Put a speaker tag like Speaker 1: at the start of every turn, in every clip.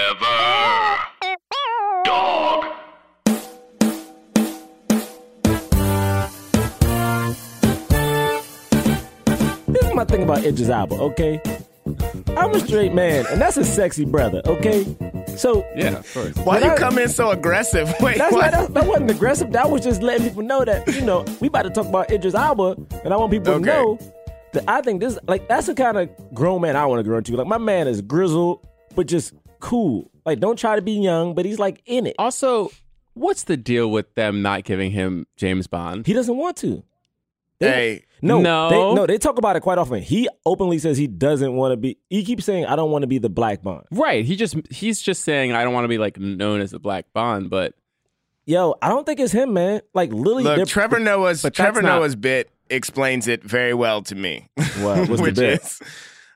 Speaker 1: Forever. Dog.
Speaker 2: This is my thing about Idris Alba, okay? I'm a straight man, and that's a sexy brother, okay? So
Speaker 3: Yeah, of course.
Speaker 4: Why
Speaker 2: But
Speaker 4: you
Speaker 2: I-
Speaker 4: come in so aggressive? Wait,
Speaker 2: that's
Speaker 4: what?
Speaker 2: not, that, that wasn't aggressive. That was just letting people know that you know we about to talk about Idris Alba, and I want people
Speaker 4: Okay.
Speaker 2: to know that I think this like that's the kind of grown man I want to grow into. Like my man is grizzled, but just cool. Like don't try to be young, but he's like in it.
Speaker 3: Also, what's the deal with them not giving him James Bond?
Speaker 2: He doesn't want to. They-
Speaker 4: hey,
Speaker 2: No,
Speaker 3: No.
Speaker 2: they, no, they talk about it quite often. He openly says he doesn't want to be. He keeps saying, "I don't want to be the black Bond."
Speaker 3: Right. He just he's just saying I don't want to be like known as the Black Bond, but
Speaker 2: Yo, I don't think it's him, man. Like Lily, they're-
Speaker 4: look, Trevor Noah's
Speaker 3: but that's
Speaker 4: Trevor
Speaker 3: not-
Speaker 4: Noah's bit explains it very well to me.
Speaker 2: What, what's the
Speaker 4: which
Speaker 2: bit?
Speaker 4: is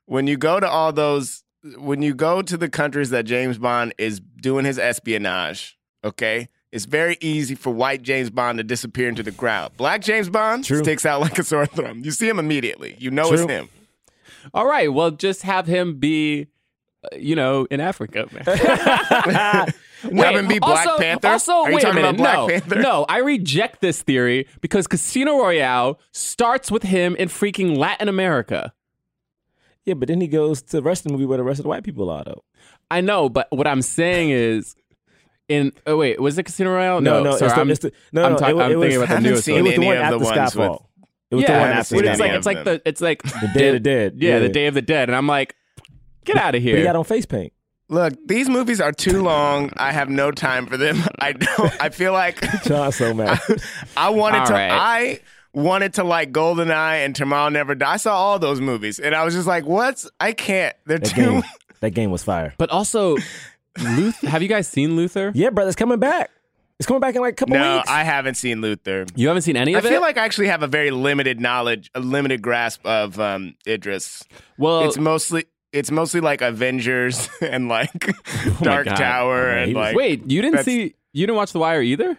Speaker 4: when you go to all those when you go to the countries that James Bond is doing his espionage, okay? It's very easy for white James Bond to disappear into the crowd. Black James Bond
Speaker 2: True.
Speaker 4: sticks out like a sore thumb. You see him immediately. You know
Speaker 2: True.
Speaker 4: it's him.
Speaker 3: all right, well just have him be uh, you know, in Africa, man.
Speaker 4: Have him be Black
Speaker 3: also,
Speaker 4: Panther.
Speaker 3: Also,
Speaker 4: Are you
Speaker 3: wait a
Speaker 4: talking
Speaker 3: minute.
Speaker 4: about Black
Speaker 3: no,
Speaker 4: Panther?
Speaker 3: no, I reject this theory because Casino Royale starts with him in freaking Latin America.
Speaker 2: yeah, but then he goes to the rest of the movie where the rest of the white people are though.
Speaker 3: I know, but what I'm saying is, in oh wait, was it Casino Royale?
Speaker 2: No, no,
Speaker 3: sorry,
Speaker 2: it's the-
Speaker 3: I'm,
Speaker 2: it's the- no,
Speaker 3: I'm,
Speaker 2: no, it wa-
Speaker 3: I'm
Speaker 2: it
Speaker 3: thinking
Speaker 2: was-
Speaker 3: about the
Speaker 4: haven't
Speaker 3: newest
Speaker 4: seen
Speaker 3: one.
Speaker 2: It was
Speaker 4: any
Speaker 2: the one
Speaker 4: of the
Speaker 2: after
Speaker 4: ones with-
Speaker 2: Skyfall. It was
Speaker 3: yeah,
Speaker 2: the one
Speaker 4: haven't
Speaker 2: after
Speaker 4: seen
Speaker 3: it's
Speaker 4: any
Speaker 3: like
Speaker 2: Skyfall.
Speaker 4: of
Speaker 3: it's like
Speaker 4: them.
Speaker 3: the it's like the
Speaker 2: Day of the Dead,
Speaker 3: Yeah, the
Speaker 2: yeah.
Speaker 3: Day of the Dead, and I'm like, get out of
Speaker 2: But he
Speaker 3: here.
Speaker 2: got on face paint.
Speaker 4: Look, these movies are too long. I have no time for them. I don't I feel like
Speaker 2: So I'm so mad.
Speaker 4: I wanted
Speaker 3: All
Speaker 4: to.
Speaker 3: right.
Speaker 4: I wanted to like GoldenEye and Tomorrow Never Die. I saw all those movies, and I was just like, "What's? I can't. They're
Speaker 2: That
Speaker 4: too."
Speaker 2: game, that game was fire.
Speaker 3: But also, Luther, have you guys seen Luther?
Speaker 2: Yeah, brother, it's coming back. It's coming back in like a couple
Speaker 4: No,
Speaker 2: weeks.
Speaker 4: I haven't seen Luther.
Speaker 3: You haven't seen any
Speaker 4: I
Speaker 3: of it.
Speaker 4: feel like I actually have a very limited knowledge, a limited grasp of um, Idris.
Speaker 3: well,
Speaker 4: It's mostly. It's mostly like Avengers and like Dark
Speaker 3: God.
Speaker 4: Tower
Speaker 2: Oh, man,
Speaker 4: and
Speaker 2: he was-
Speaker 4: like
Speaker 3: wait, you didn't
Speaker 4: that's-
Speaker 3: see, you didn't watch The Wire either.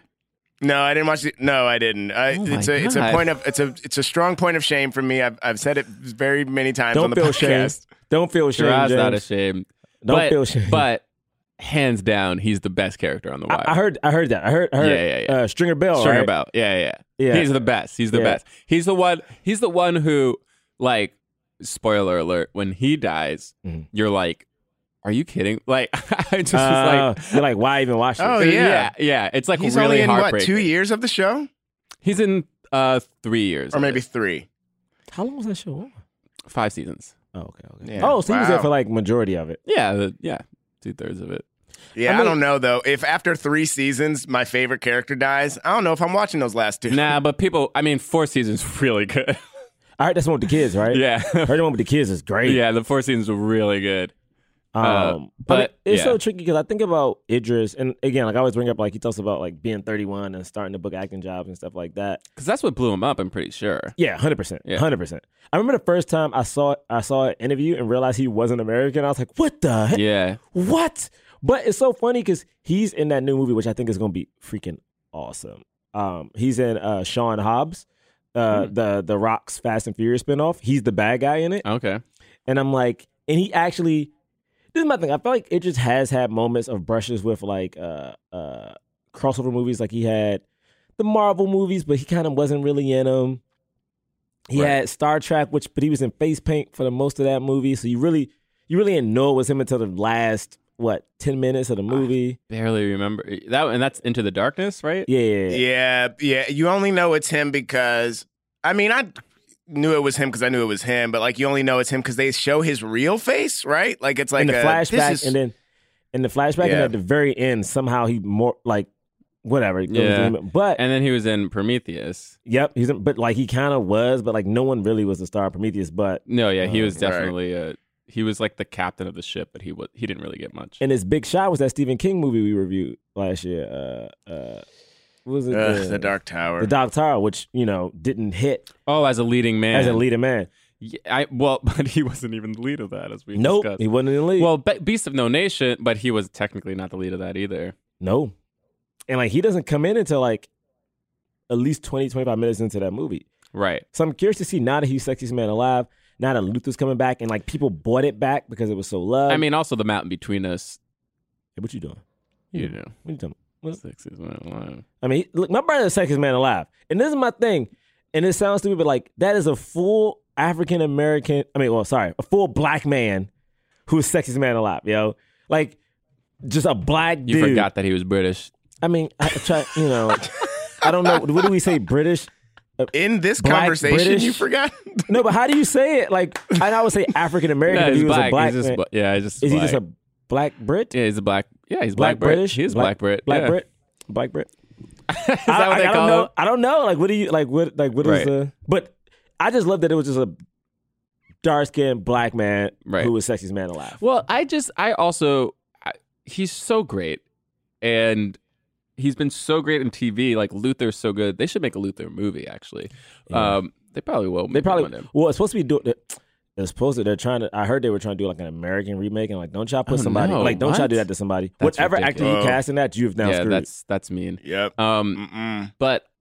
Speaker 4: no, I didn't watch it. No, I didn't. I,
Speaker 3: Oh my
Speaker 4: it's a it's a
Speaker 3: God.
Speaker 4: point of it's a it's a strong point of shame for me. I've I've said it very many times on
Speaker 2: Don't
Speaker 4: the
Speaker 2: feel shame.
Speaker 4: podcast.
Speaker 2: Don't feel shame,
Speaker 3: Shiraz's not
Speaker 2: James.
Speaker 3: ashamed.
Speaker 2: Don't
Speaker 3: but,
Speaker 2: feel shame.
Speaker 3: But hands down, he's the best character on The Wire.
Speaker 2: I, I heard, I heard that. I heard, I heard
Speaker 3: Yeah, yeah, yeah.
Speaker 2: Uh, Stringer Bell.
Speaker 3: Stringer
Speaker 2: right?
Speaker 3: Bell. Yeah, yeah,
Speaker 2: Yeah.
Speaker 3: He's the best. He's the
Speaker 2: Yeah.
Speaker 3: best. He's the one. He's the one who, like, spoiler alert. When he dies,
Speaker 2: Mhm.
Speaker 3: you're like, are you kidding? Like, I just
Speaker 2: Uh,
Speaker 3: was like,
Speaker 2: you're like, why even watch this?
Speaker 4: Oh,
Speaker 3: yeah,
Speaker 4: yeah.
Speaker 3: yeah. It's like
Speaker 4: He's
Speaker 3: really
Speaker 4: only in what
Speaker 3: heartbreaking.
Speaker 4: two years of the show,
Speaker 3: He's in uh three years,
Speaker 4: or
Speaker 3: of
Speaker 4: maybe
Speaker 3: it.
Speaker 4: three.
Speaker 2: How long was that show? on?
Speaker 3: five seasons.
Speaker 2: Oh, okay, okay.
Speaker 4: Yeah.
Speaker 2: Oh, so he was there
Speaker 4: Wow.
Speaker 2: for like majority of it.
Speaker 3: Yeah, the, yeah, two thirds of it.
Speaker 4: Yeah, I,
Speaker 2: I mean-
Speaker 4: don't know though. If after three seasons my favorite character dies, I don't know if I'm watching those last two.
Speaker 3: Nah, but people. I mean, four seasons really good.
Speaker 2: I heard that's one with the kids, right?
Speaker 3: yeah,
Speaker 2: I heard the one with the kids is great.
Speaker 3: yeah. The four seasons were really good.
Speaker 2: Um,
Speaker 3: Uh,
Speaker 2: but,
Speaker 3: but,
Speaker 2: it's
Speaker 3: yeah.
Speaker 2: so tricky because I think about Idris, and again, like I always bring up, like he talks about like being 31 and starting to book acting jobs and stuff like that.
Speaker 3: Because that's what blew him up. I'm pretty sure.
Speaker 2: Yeah, hundred percent,
Speaker 3: Yeah.
Speaker 2: hundred percent. I remember the first time I saw I saw an interview and realized he wasn't American. I was like, what the heck?
Speaker 3: Yeah.
Speaker 2: what? But it's so funny because he's in that new movie, which I think is going to be freaking awesome. Um, he's in uh, Sean Hobbs, uh, the the Rock's Fast and Furious spinoff. He's the bad guy in it.
Speaker 3: Okay.
Speaker 2: And I'm like, and he actually, this is my thing. I feel like it just has had moments of brushes with like uh, uh, crossover movies. Like he had the Marvel movies, but he kind of wasn't really in them. He
Speaker 3: Right.
Speaker 2: had Star Trek, which but he was in face paint for the most of that movie. So you really, you really didn't know it was him until the last what ten minutes of the movie.
Speaker 3: Barely remember that, and that's Into the Darkness, right?
Speaker 2: Yeah, yeah, yeah.
Speaker 4: yeah, yeah. You only know it's him because I mean I knew it was him because I knew it was him, but like you only know it's him because they show his real face, right? Like it's like
Speaker 2: in the
Speaker 4: a,
Speaker 2: flashback,
Speaker 4: This is,
Speaker 2: and then in the flashback, and
Speaker 4: Yeah.
Speaker 2: at the very end, somehow he more like whatever.
Speaker 3: Yeah.
Speaker 2: But
Speaker 3: And then he was in Prometheus.
Speaker 2: Yep, he's in, but like he kind of was, but like no one really was the star of Prometheus. But
Speaker 3: No, yeah, he
Speaker 2: Oh,
Speaker 3: was
Speaker 4: right.
Speaker 3: definitely uh he was like the captain of the ship, but he was he didn't really get much.
Speaker 2: and his big shot was that Stephen King movie we reviewed last year. Uh, uh, what was it
Speaker 4: Ugh,
Speaker 2: Uh,
Speaker 4: the Dark Tower.
Speaker 2: the Dark Tower, which you know didn't hit
Speaker 3: Oh, as a leading man,
Speaker 2: as a leading man.
Speaker 3: Yeah, I, well, but he wasn't even the lead of that, as we
Speaker 2: Nope,
Speaker 3: discussed.
Speaker 2: he wasn't in the lead.
Speaker 3: Well, Be- Beast of No Nation, but he was technically not the lead of that either.
Speaker 2: no, and like he doesn't come in until like at least 20, 25 minutes into that movie.
Speaker 3: Right.
Speaker 2: So I'm curious to see now that he's sexiest man alive, now that Luther's coming back, and like people bought it back because it was so loved.
Speaker 3: I mean, also the mountain between us
Speaker 2: Hey, what you doing?
Speaker 3: You know,
Speaker 2: What you doing?
Speaker 3: six is one line.
Speaker 2: I mean, look, my brother is the sexiest man alive. And this is my thing. And it sounds stupid, but like that is a full African American, I mean, well, sorry, a full black man who's sexiest man alive, yo. Like just a black
Speaker 3: You
Speaker 2: dude.
Speaker 3: forgot that he was British.
Speaker 2: I mean, I try, you know, I don't know. What do we say, British?
Speaker 4: In this
Speaker 2: Black,
Speaker 4: conversation,
Speaker 2: British.
Speaker 4: you forgot.
Speaker 2: No, but how do you say it? Like, and I would say African American.
Speaker 3: No,
Speaker 2: if
Speaker 3: he's
Speaker 2: he was a
Speaker 3: black.
Speaker 2: black
Speaker 3: He's just,
Speaker 2: man.
Speaker 3: bla- yeah, he's just
Speaker 2: Is he
Speaker 3: black.
Speaker 2: just a black Brit?
Speaker 3: yeah, he's a black. Yeah, he's
Speaker 2: Black,
Speaker 3: black, Brit.
Speaker 2: British?
Speaker 3: He is black, Brit.
Speaker 2: Black
Speaker 3: yeah.
Speaker 2: Brit. Black Brit.
Speaker 3: is that what they
Speaker 2: I
Speaker 3: call
Speaker 2: don't
Speaker 3: him?
Speaker 2: know. I don't know. Like, what do you like? What like what is
Speaker 3: Right.
Speaker 2: the? But I just love that it was just a dark skinned black man
Speaker 3: Right.
Speaker 2: who was sexiest man alive.
Speaker 3: Well, I just, I also, I, he's so great, and he's been so great in TV. Like Luther's so good. They should make a Luther movie. Actually,
Speaker 2: Yeah.
Speaker 3: um, they probably will.
Speaker 2: They
Speaker 3: make one of
Speaker 2: probably
Speaker 3: them.
Speaker 2: well, it's supposed to be doing. They're supposed to. They're trying to. I heard they were trying to do like an American remake, and like, don't y'all put
Speaker 3: Oh,
Speaker 2: somebody
Speaker 3: no.
Speaker 2: like, don't y'all
Speaker 3: What?
Speaker 2: do that to somebody.
Speaker 3: That's
Speaker 2: Whatever actor you
Speaker 4: ridiculous.
Speaker 2: cast in that, you've now
Speaker 3: yeah,
Speaker 2: screwed.
Speaker 3: that's that's mean.
Speaker 4: yep.
Speaker 3: Um,
Speaker 4: Mm-mm.
Speaker 3: but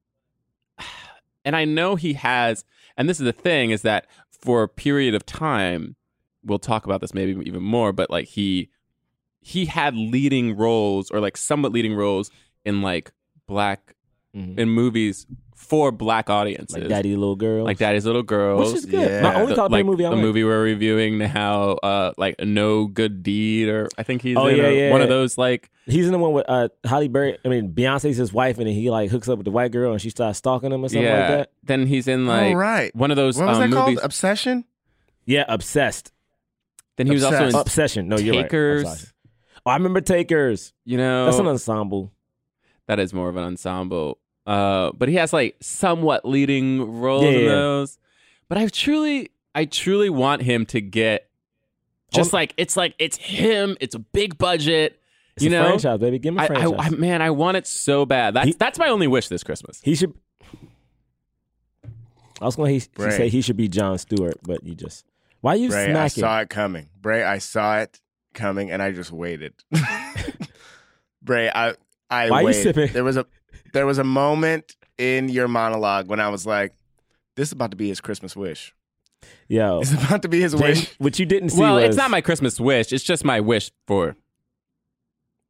Speaker 3: and I know he has and this is the thing is that for a period of time we'll talk about this maybe even more but like he he had leading roles or like somewhat leading roles in like black
Speaker 2: Mhm.
Speaker 3: in movies for black audiences
Speaker 2: like daddy little girl,
Speaker 3: Like daddy's little girls
Speaker 2: which is good.
Speaker 4: Yeah.
Speaker 2: My only
Speaker 3: the,
Speaker 2: cop
Speaker 3: like
Speaker 2: movie I
Speaker 3: the
Speaker 2: like.
Speaker 3: movie we're reviewing now, uh, like No Good Deed, or I think he's
Speaker 2: Oh,
Speaker 3: in
Speaker 2: yeah,
Speaker 3: a-
Speaker 2: yeah,
Speaker 3: one of
Speaker 2: yeah.
Speaker 3: those like
Speaker 2: He's in the one with uh, Holly Berry. I mean, Beyonce's his wife, and then he like hooks up with the white girl, and she starts stalking him or something
Speaker 3: yeah.
Speaker 2: like that.
Speaker 3: Then he's in like
Speaker 4: All right.
Speaker 3: one of those
Speaker 4: What was
Speaker 3: um,
Speaker 4: that called?
Speaker 3: movies.
Speaker 4: Obsession.
Speaker 2: Yeah, obsessed,
Speaker 3: Then he was also in
Speaker 4: Obsessed.
Speaker 2: obsession. No, you're right.
Speaker 3: Uh,
Speaker 2: I'm
Speaker 3: Takers. Oh.
Speaker 2: sorry. Oh, I remember Takers.
Speaker 3: You know,
Speaker 2: That's an ensemble.
Speaker 3: that is more of an ensemble. Uh, but he has like somewhat leading roles
Speaker 2: Yeah,
Speaker 3: in
Speaker 2: yeah.
Speaker 3: those. But I truly, I truly want him to get just like it's like it's him. It's a big budget.
Speaker 2: It's
Speaker 3: you
Speaker 2: a
Speaker 3: know,
Speaker 2: franchise, baby. Give him a
Speaker 3: I,
Speaker 2: franchise.
Speaker 3: I, I- man, I want it so bad. That's
Speaker 2: He-
Speaker 3: that's my only wish this Christmas.
Speaker 2: he should. I was going to
Speaker 4: Right.
Speaker 2: say he should be John Stewart, but you just why you
Speaker 4: Bray, I
Speaker 2: snacking?
Speaker 4: saw it coming. Bray, I saw it coming, and I just waited. Bray, I I
Speaker 2: Why you
Speaker 4: waited.
Speaker 2: sipping?
Speaker 4: There was a there was a moment in your monologue when I was like, "This is about to be his Christmas wish.
Speaker 2: Yo,
Speaker 4: It's about to be his
Speaker 2: Jay,
Speaker 4: wish."
Speaker 2: what you didn't see
Speaker 3: Well,
Speaker 2: was
Speaker 3: it's not my Christmas wish. It's just my wish for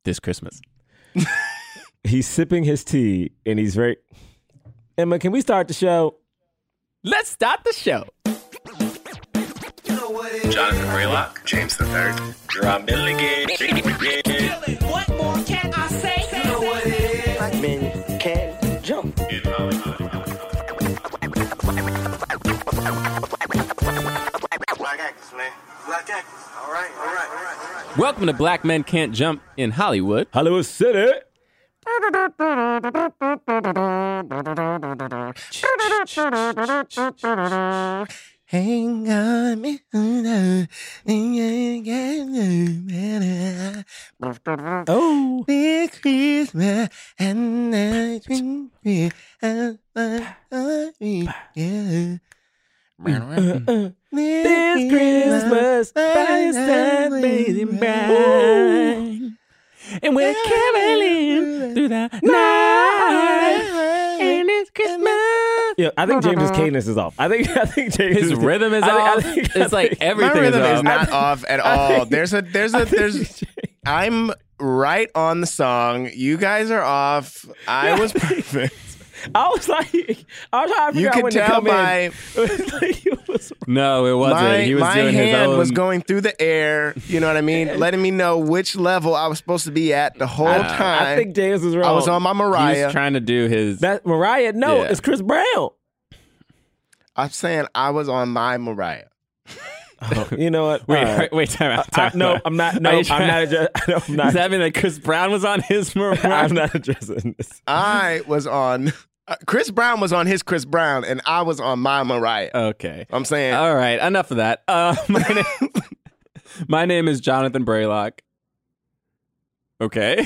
Speaker 3: this Christmas.
Speaker 2: he's sipping his tea and he's very. Emma, can we start the show?
Speaker 3: Let's start the show.
Speaker 5: Jonathan Braylock, James the Third, Drum Milligan.
Speaker 6: What more can I say?
Speaker 5: Black actors, man. Black actors. All right, all right, all right, all right.
Speaker 3: Welcome to Black Men Can't Jump in Hollywood.
Speaker 2: Hollywood City.
Speaker 4: Hang on, me.
Speaker 2: Oh,
Speaker 4: Christmas and I dream This
Speaker 2: this Christmas, Palestine blazing bright, and we're caroling through the night.
Speaker 4: And
Speaker 3: it's Christmas.
Speaker 2: Yeah, I think James's cadence is off. I think I think James
Speaker 3: His rhythm is
Speaker 2: I think- I
Speaker 3: off.
Speaker 2: think- I
Speaker 3: it's like
Speaker 2: think-
Speaker 4: my
Speaker 3: everything
Speaker 4: rhythm
Speaker 3: is,
Speaker 4: is
Speaker 3: off.
Speaker 4: not off at all. There's a there's a there's I'm right on the song. You guys are off. I was perfect.
Speaker 2: I was like, I was trying to figure
Speaker 4: You
Speaker 2: out
Speaker 4: can
Speaker 2: when to
Speaker 4: tell
Speaker 2: come
Speaker 4: by
Speaker 2: in. Like, it was-
Speaker 3: No, it wasn't.
Speaker 4: my,
Speaker 3: he was
Speaker 4: my
Speaker 3: doing his
Speaker 4: hand
Speaker 3: own.
Speaker 4: was going through the air. You know what I mean? Letting me know which level I was supposed to be at the whole time.
Speaker 2: I think James was wrong.
Speaker 4: I was on my
Speaker 3: He was
Speaker 4: Mariah.
Speaker 3: trying to do his.
Speaker 2: that Mariah. No,
Speaker 3: Yeah.
Speaker 2: it's Chris Brown.
Speaker 4: I'm saying I was on my Mariah.
Speaker 2: You know what?
Speaker 3: wait,
Speaker 2: All right.
Speaker 3: wait, wait, time out.
Speaker 2: uh, I,
Speaker 3: time
Speaker 2: no,
Speaker 3: out.
Speaker 2: I'm not. No,
Speaker 3: Are you
Speaker 2: I'm
Speaker 3: trying-
Speaker 2: not. Address, I'm
Speaker 3: Does
Speaker 2: not.
Speaker 3: that mean that Chris Brown was on his Mariah?
Speaker 2: I'm not addressing this.
Speaker 4: I was on. uh, Chris Brown was on his Chris Brown, and I was on my Mariah.
Speaker 3: okay.
Speaker 4: I'm saying
Speaker 3: All right. Enough of that. Uh, my, name, my name is Jonathan Braylock. Okay.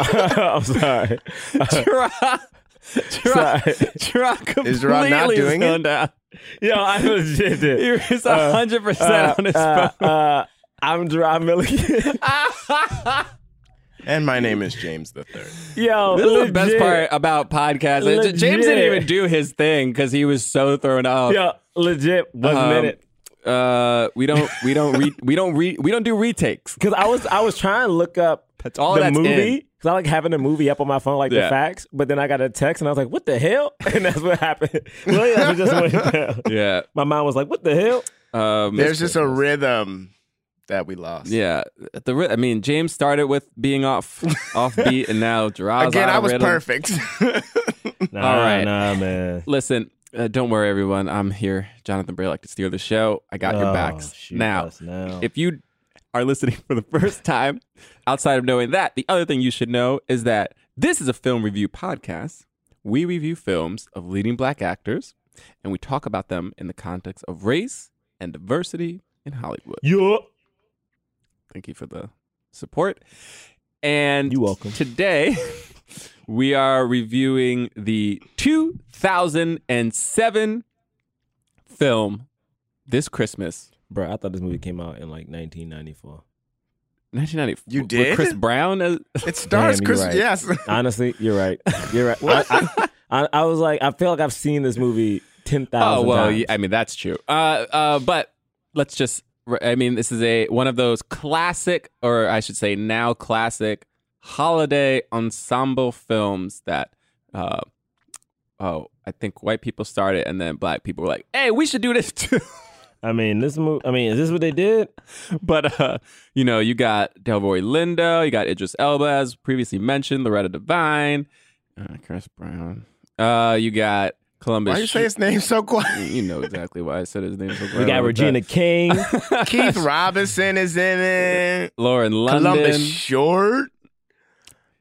Speaker 2: I'm sorry.
Speaker 3: Tra, tra,
Speaker 2: Sorry.
Speaker 3: tra completely
Speaker 4: Is Gerard not doing it?
Speaker 3: zoned out.
Speaker 2: Yo, I legit did.
Speaker 3: He was
Speaker 2: Uh,
Speaker 3: 100%
Speaker 2: Uh,
Speaker 3: on his
Speaker 2: uh,
Speaker 3: phone.
Speaker 2: uh, I'm Gerard Milligan.
Speaker 4: And my name is James the Third.
Speaker 2: Yo,
Speaker 3: This is the best
Speaker 2: legit.
Speaker 3: part about podcasts. It-
Speaker 2: Legit.
Speaker 3: James didn't even do his thing because he was so thrown off.
Speaker 2: Yo, legit. One
Speaker 3: Um,
Speaker 2: minute.
Speaker 3: uh, we don't we don't re- we don't re- we don't do retakes.
Speaker 2: Because I was I was trying to look up
Speaker 3: That's all
Speaker 2: the
Speaker 3: that's
Speaker 2: movie
Speaker 3: in.
Speaker 2: because I like having the movie up on my phone like the
Speaker 3: Yeah.
Speaker 2: facts, but then I got a text and I was like, "What the hell?" And that's what happened. Really, that's what just went down.
Speaker 3: Yeah.
Speaker 2: My mind was like, "What the hell?"
Speaker 3: Um,
Speaker 4: There's just a rhythm that we lost.
Speaker 3: yeah. The ry- I mean, James started with being off off beat, and now Gerard's
Speaker 4: Again,
Speaker 3: out
Speaker 4: I
Speaker 3: of
Speaker 4: was
Speaker 3: rhythm.
Speaker 4: perfect.
Speaker 2: Nah,
Speaker 3: All right.
Speaker 2: nah, man.
Speaker 3: Listen, uh, don't worry, everyone. I'm here, Jonathan Braylock, to steer the show. I got your
Speaker 2: Oh,
Speaker 3: backs
Speaker 2: shoot
Speaker 3: now.
Speaker 2: us now.
Speaker 3: If you are listening for the first time, outside of knowing that, the other thing you should know is that this is a film review podcast. We review films of leading black actors, and we talk about them in the context of race and diversity in Hollywood.
Speaker 2: you
Speaker 3: Thank you for the support. And
Speaker 2: You're welcome.
Speaker 3: Today, we are reviewing the 2007 film this Christmas,
Speaker 2: bro, I thought this movie came out in like 1994.
Speaker 3: 1990.
Speaker 4: You
Speaker 3: with
Speaker 4: did?
Speaker 3: Chris Brown as
Speaker 4: it starts
Speaker 2: Damn, you're
Speaker 4: Chris.
Speaker 2: right.
Speaker 4: Yes.
Speaker 2: Honestly, you're right. You're right. I, I, I, I was like, I feel like I've seen this movie ten
Speaker 3: Oh
Speaker 2: thousand.
Speaker 3: well,
Speaker 2: times.
Speaker 3: yeah, I mean that's true. Uh, uh, but let's just. I mean, this is a one of those classic, or I should say, now classic holiday ensemble films that, uh, oh, I think white people started, and then black people were like, "Hey, we should do this too."
Speaker 2: I mean, this movie. I mean, is this what they did?
Speaker 3: but uh, you know, you got Delroy Lindo, you got Idris Elba, as previously mentioned, Loretta Devine, uh, Chris Brown. Uh, you got Columbus.
Speaker 4: Why you say his name so quiet?
Speaker 3: you know exactly why I said his name. So
Speaker 2: We got Regina King.
Speaker 4: Keith Robinson is in it.
Speaker 3: Lauren London,
Speaker 4: Columbus Short.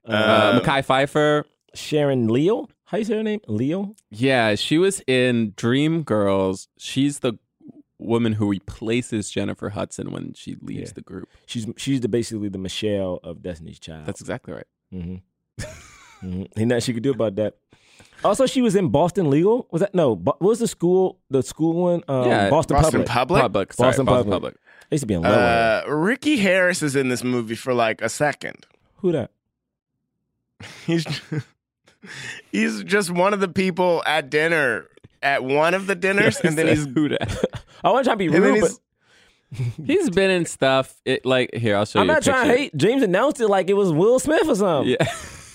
Speaker 3: uh,
Speaker 4: Uh,
Speaker 3: Mackay Pfeiffer.
Speaker 2: Sharon Leo. How you say her name? Leo.
Speaker 3: Yeah, she was in Dream Girls. She's the woman who replaces Jennifer Hudson when she leaves
Speaker 2: Yeah.
Speaker 3: the group.
Speaker 2: She's she's the, basically the Michelle of Destiny's Child.
Speaker 3: That's exactly right.
Speaker 2: hmm hmm Ain't nothing she could do about that. Also, she was in Boston Legal. Was that no? Bo- what was the school? The school one? Um,
Speaker 3: Yeah,
Speaker 2: Boston,
Speaker 4: Boston
Speaker 2: Public.
Speaker 4: Public.
Speaker 3: public, sorry,
Speaker 2: Boston
Speaker 3: Boston,
Speaker 2: Public.
Speaker 3: public.
Speaker 2: I used to be in Lower.
Speaker 4: Uh, Ricky Harris is in this movie for like a second.
Speaker 2: Who that?
Speaker 4: He's he's just one of the people at dinner at one of the dinners, and then he's
Speaker 3: who that?
Speaker 2: I want to try to be
Speaker 4: and then
Speaker 2: rude, but
Speaker 4: he's
Speaker 3: He's been in stuff. It like here, I'll show
Speaker 2: I'm
Speaker 3: you. a
Speaker 2: not trying to
Speaker 3: picture.
Speaker 2: hate. James announced it like it was Will Smith or something.
Speaker 3: Yeah,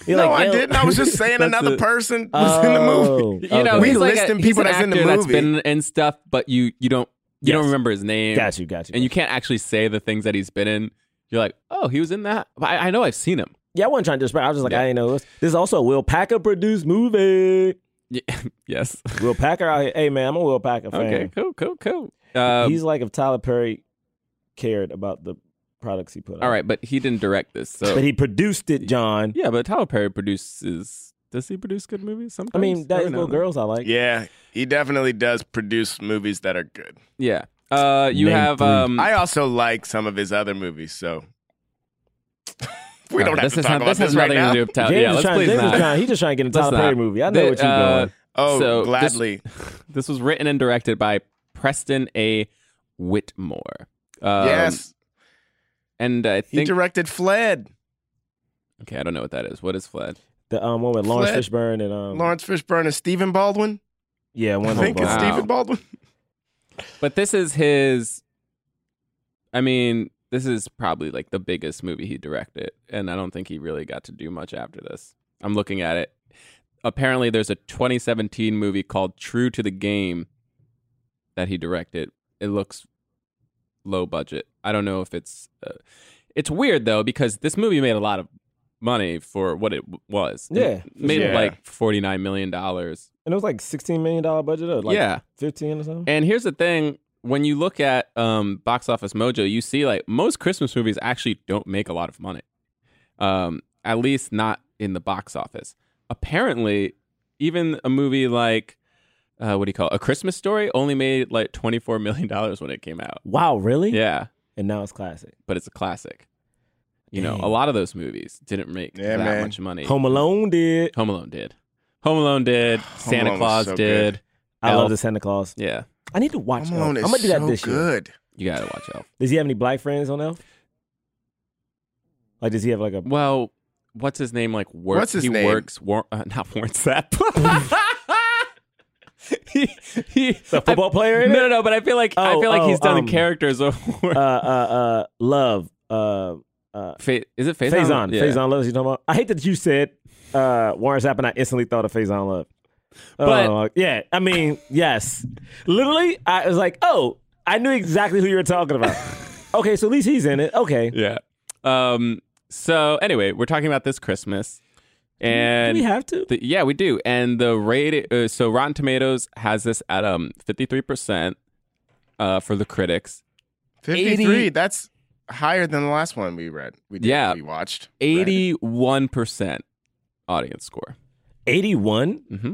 Speaker 2: You're
Speaker 4: no,
Speaker 2: like,
Speaker 4: I
Speaker 2: yo-
Speaker 4: didn't. I was just saying
Speaker 3: That's
Speaker 4: another
Speaker 3: it.
Speaker 4: person was in the movie.
Speaker 2: Oh,
Speaker 3: you know,
Speaker 2: okay.
Speaker 4: We
Speaker 3: he's like
Speaker 4: listing
Speaker 3: a,
Speaker 4: people
Speaker 3: he's
Speaker 4: that's in
Speaker 3: an
Speaker 4: the
Speaker 3: actor that's
Speaker 4: movie.
Speaker 3: been in stuff, but you you don't you don't
Speaker 2: Yes.
Speaker 3: remember his name.
Speaker 2: got you, got you.
Speaker 3: And you can't actually say the things that he's been in. You're like, oh, he was in that. But I, I know I've seen him.
Speaker 2: yeah, I wasn't trying to disparage. I was just like,
Speaker 3: Yeah.
Speaker 2: I didn't know this. This is also a Will Packer produced movie.
Speaker 3: Yeah. yes.
Speaker 2: Will Packer out here. Hey man, I'm a Will Packer fan.
Speaker 3: Okay. Cool. Cool. Cool. Um,
Speaker 2: He's like if Tyler Perry cared about the products he put out.
Speaker 3: all right, but he didn't direct this. So
Speaker 2: But he produced it, John.
Speaker 3: yeah, but Tyler Perry produces. Does he produce good movies?
Speaker 2: I
Speaker 3: Sometimes.
Speaker 2: mean, that
Speaker 3: Every
Speaker 2: is
Speaker 3: now
Speaker 2: little
Speaker 3: and then.
Speaker 2: girls I like.
Speaker 4: Yeah, he definitely does produce movies that are good.
Speaker 3: Yeah. Uh, you
Speaker 2: Name
Speaker 3: have
Speaker 2: three.
Speaker 3: um.
Speaker 4: I also like some of his other movies, so we
Speaker 3: all
Speaker 4: don't
Speaker 3: right,
Speaker 4: have
Speaker 3: Oh, this
Speaker 4: to
Speaker 3: is
Speaker 4: talk
Speaker 3: not-
Speaker 4: about
Speaker 3: this has
Speaker 4: this right
Speaker 3: nothing to
Speaker 4: now.
Speaker 3: do with Tyler.
Speaker 2: James
Speaker 3: Yeah,
Speaker 2: is
Speaker 3: let's
Speaker 2: trying,
Speaker 3: please
Speaker 2: James is
Speaker 3: not.
Speaker 2: trying. He's just trying to get a Tyler
Speaker 3: Let's
Speaker 2: Perry
Speaker 3: not.
Speaker 2: movie. I know
Speaker 3: The-
Speaker 2: what you're
Speaker 3: uh,
Speaker 2: doing.
Speaker 4: Oh,
Speaker 3: So, this-
Speaker 4: gladly.
Speaker 3: This was written and directed by Preston A. Whitmore. Um,
Speaker 4: yes,
Speaker 3: and I
Speaker 4: he
Speaker 3: think
Speaker 4: directed Fled.
Speaker 3: okay, I don't know what that is. What is Fled?
Speaker 2: The um, one with Lawrence
Speaker 4: Fled.
Speaker 2: Fishburne and um,
Speaker 4: Lawrence Fishburne and Stephen Baldwin.
Speaker 2: yeah, one
Speaker 4: I
Speaker 2: of
Speaker 4: think
Speaker 2: them.
Speaker 4: it's
Speaker 3: Wow.
Speaker 4: Stephen Baldwin.
Speaker 3: But this is his. I mean, this is probably like the biggest movie he directed, and I don't think he really got to do much after this. I'm looking at it. Apparently, there's a 2017 movie called True to the Game that he directed. It looks low budget. I don't know if it's. Uh, it's weird though because this movie made a lot of money for what it w- was. It
Speaker 2: Yeah, for
Speaker 3: made
Speaker 4: sure.
Speaker 3: like 49 million dollars.
Speaker 2: And it was like sixteen million dollar budget, or like
Speaker 3: yeah,
Speaker 2: fifteen or something.
Speaker 3: and here's the thing: when you look at um, box office mojo, you see like most Christmas movies actually don't make a lot of money, um, at least not in the box office. Apparently, even a movie like uh, what do you call it? a Christmas Story only made like twenty four million dollars when it came out.
Speaker 2: Wow, really?
Speaker 3: Yeah,
Speaker 2: And now it's classic.
Speaker 3: but it's a classic. You know, a
Speaker 2: Dang.
Speaker 3: lot of those movies didn't make
Speaker 4: Yeah,
Speaker 3: that
Speaker 4: man.
Speaker 3: much money.
Speaker 2: Home Alone did.
Speaker 3: Home Alone did. Home Alone did. Santa
Speaker 4: Alone was
Speaker 3: Claus
Speaker 4: so
Speaker 3: did.
Speaker 2: I
Speaker 3: Elf.
Speaker 2: love the Santa Claus.
Speaker 3: Yeah,
Speaker 2: I need to watch.
Speaker 4: Home
Speaker 2: Elf.
Speaker 4: Alone
Speaker 2: I'm
Speaker 4: is
Speaker 2: gonna do that
Speaker 4: so
Speaker 2: this year.
Speaker 4: good.
Speaker 3: you gotta watch Elf.
Speaker 2: Does he have any black friends on Elf? Like, does he have like a?
Speaker 3: Well, what's his name? Like works.
Speaker 4: What's his
Speaker 3: he
Speaker 4: name?
Speaker 3: works. War, uh, not Warren Sapp. he, he,
Speaker 2: The football player
Speaker 3: I,
Speaker 2: in
Speaker 3: no, no,
Speaker 2: it?
Speaker 3: no. But I feel like I
Speaker 2: Oh,
Speaker 3: feel like he's
Speaker 2: oh,
Speaker 3: done
Speaker 2: um,
Speaker 3: characters over.
Speaker 2: Uh, uh, uh, love. Uh, uh,
Speaker 3: Fa- is it Faison?
Speaker 2: Faison.
Speaker 3: Yeah.
Speaker 2: Faison Love is you talking about. I hate that you said uh, Warren Sapp and I instantly thought of Faison Love.
Speaker 3: But-
Speaker 2: Oh, yeah, I mean, yes. Literally, I was like, oh, I knew exactly who you were talking about. okay, so at least he's in it. Okay.
Speaker 3: Yeah. Um. So anyway, we're talking about this Christmas, and
Speaker 2: Do we have to?
Speaker 3: the, yeah, we do. And the rate. Uh, so Rotten Tomatoes has this at um fifty three percent. Uh, for the critics,
Speaker 4: 53. That's higher than the last one we read. We did,
Speaker 3: Yeah.
Speaker 4: We watched. Right.
Speaker 3: eighty-one percent audience score.
Speaker 2: 81?
Speaker 3: Mm-hmm.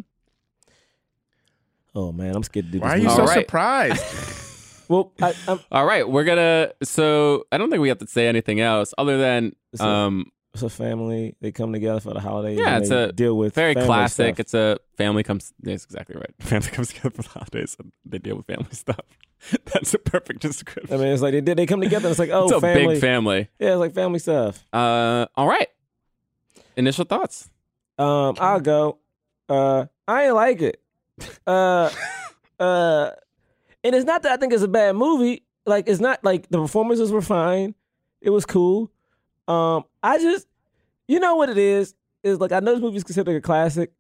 Speaker 2: Oh, man, I'm scared to do this.
Speaker 4: Why are you
Speaker 2: now.
Speaker 3: All
Speaker 4: so
Speaker 3: right.
Speaker 4: surprised?
Speaker 2: Well, I, I'm,
Speaker 3: All right, we're gonna. So I don't think we have to say anything else other than
Speaker 2: It's a-
Speaker 3: um,
Speaker 2: it's a family. They come together for the holidays.
Speaker 3: Yeah,
Speaker 2: and
Speaker 3: it's
Speaker 2: they
Speaker 3: a
Speaker 2: deal with
Speaker 3: very
Speaker 2: family
Speaker 3: classic.
Speaker 2: stuff.
Speaker 3: It's a family comes. That's exactly right. Family comes together for the holidays. And they deal with family stuff. That's a perfect description.
Speaker 2: I mean, it's like they did. They come together. and It's like, oh,
Speaker 3: it's a
Speaker 2: family.
Speaker 3: big family.
Speaker 2: yeah, it's like family stuff.
Speaker 3: Uh, all right. Initial thoughts.
Speaker 2: Um, I'll go. Uh, I ain't like it. Uh, uh, and it's not that I think it's a bad movie. Like it's not like the performances were fine. It was cool. Um, I just, you know what it is is like I know this movie is considered a classic,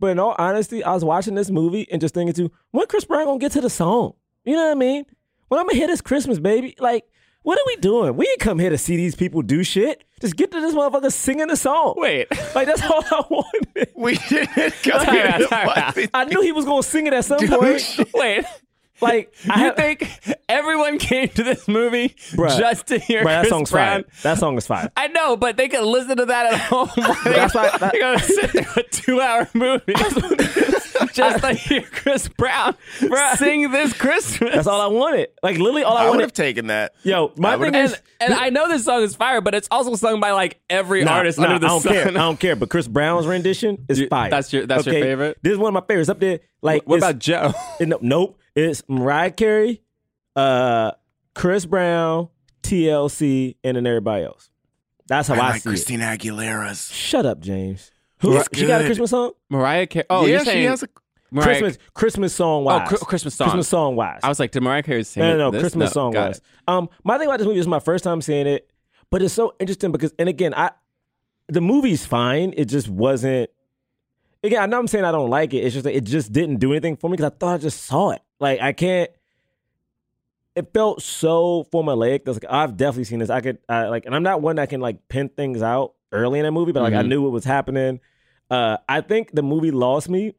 Speaker 2: but in all honesty, I was watching this movie and just thinking to when Chris Brown gonna get to the song. You know what I mean? When I'm gonna hit this Christmas, baby. Like, what are we doing? We didn't come here to see these people do shit. Just get to this motherfucker singing the song.
Speaker 3: Wait.
Speaker 2: Like that's all I wanted.
Speaker 4: we did it because we
Speaker 3: Time out,
Speaker 4: didn't
Speaker 3: time
Speaker 4: watch
Speaker 3: out.
Speaker 4: it.
Speaker 2: I knew he was gonna sing it at some point.
Speaker 3: Wait.
Speaker 2: Like I
Speaker 3: You
Speaker 2: had,
Speaker 3: think everyone came to this movie
Speaker 2: Bruh.
Speaker 3: just to hear
Speaker 2: Bruh, that
Speaker 3: Chris
Speaker 2: song's
Speaker 3: Brown?
Speaker 2: fire. That song is fire.
Speaker 3: I know, but they can listen to that at home.
Speaker 2: That's why- that-
Speaker 3: They're gonna sit through a two-hour movie just to hear Chris Brown sing this Christmas.
Speaker 2: That's all I wanted. Like literally all I,
Speaker 4: I would have
Speaker 2: wanted.
Speaker 4: taken that.
Speaker 2: Yo, my thing is,
Speaker 3: and, and I know this song is fire, but it's also sung by like every
Speaker 2: Nah,
Speaker 3: artist
Speaker 2: nah,
Speaker 3: under the
Speaker 2: I don't
Speaker 3: sun.
Speaker 2: care. I don't care. But Chris Brown's rendition is
Speaker 3: You-
Speaker 2: fire.
Speaker 3: that's your- that's your favorite?
Speaker 2: This is one of my favorites up there. Like
Speaker 3: What
Speaker 2: it's-
Speaker 3: about Joe?
Speaker 2: it- no- nope. It's Mariah Carey, uh, Chris Brown, TLC, and then everybody else. That's how I, see it.
Speaker 4: Christina Aguilera's.
Speaker 2: Shut up, James. Who
Speaker 4: It's
Speaker 2: she got a
Speaker 4: good.
Speaker 2: Christmas song?
Speaker 3: Mariah Carey. Oh,
Speaker 4: yeah,
Speaker 3: you're saying
Speaker 4: she has a.
Speaker 3: Mariah-
Speaker 2: Christmas Christmas song
Speaker 3: Oh,
Speaker 2: wise.
Speaker 3: Chri- Christmas song.
Speaker 2: Christmas song wise.
Speaker 3: I was like, did Mariah Carey sing
Speaker 2: No, no, no.
Speaker 3: this?
Speaker 2: Christmas
Speaker 3: No,
Speaker 2: song
Speaker 3: got
Speaker 2: was.
Speaker 3: it.
Speaker 2: Um, my thing about this movie this is my first time seeing it, but it's so interesting because, and again, I the movie's fine. It just wasn't. Again, I know I'm saying I don't like it. It's just that it just didn't do anything for me because I thought I just saw it. Like I can't. It felt so formulaic. That's like I've definitely seen this. I could I, like, and I'm not one that can like pin things out early in a movie, but like I
Speaker 3: Mhm.
Speaker 2: knew what was happening. Uh, I think the movie lost me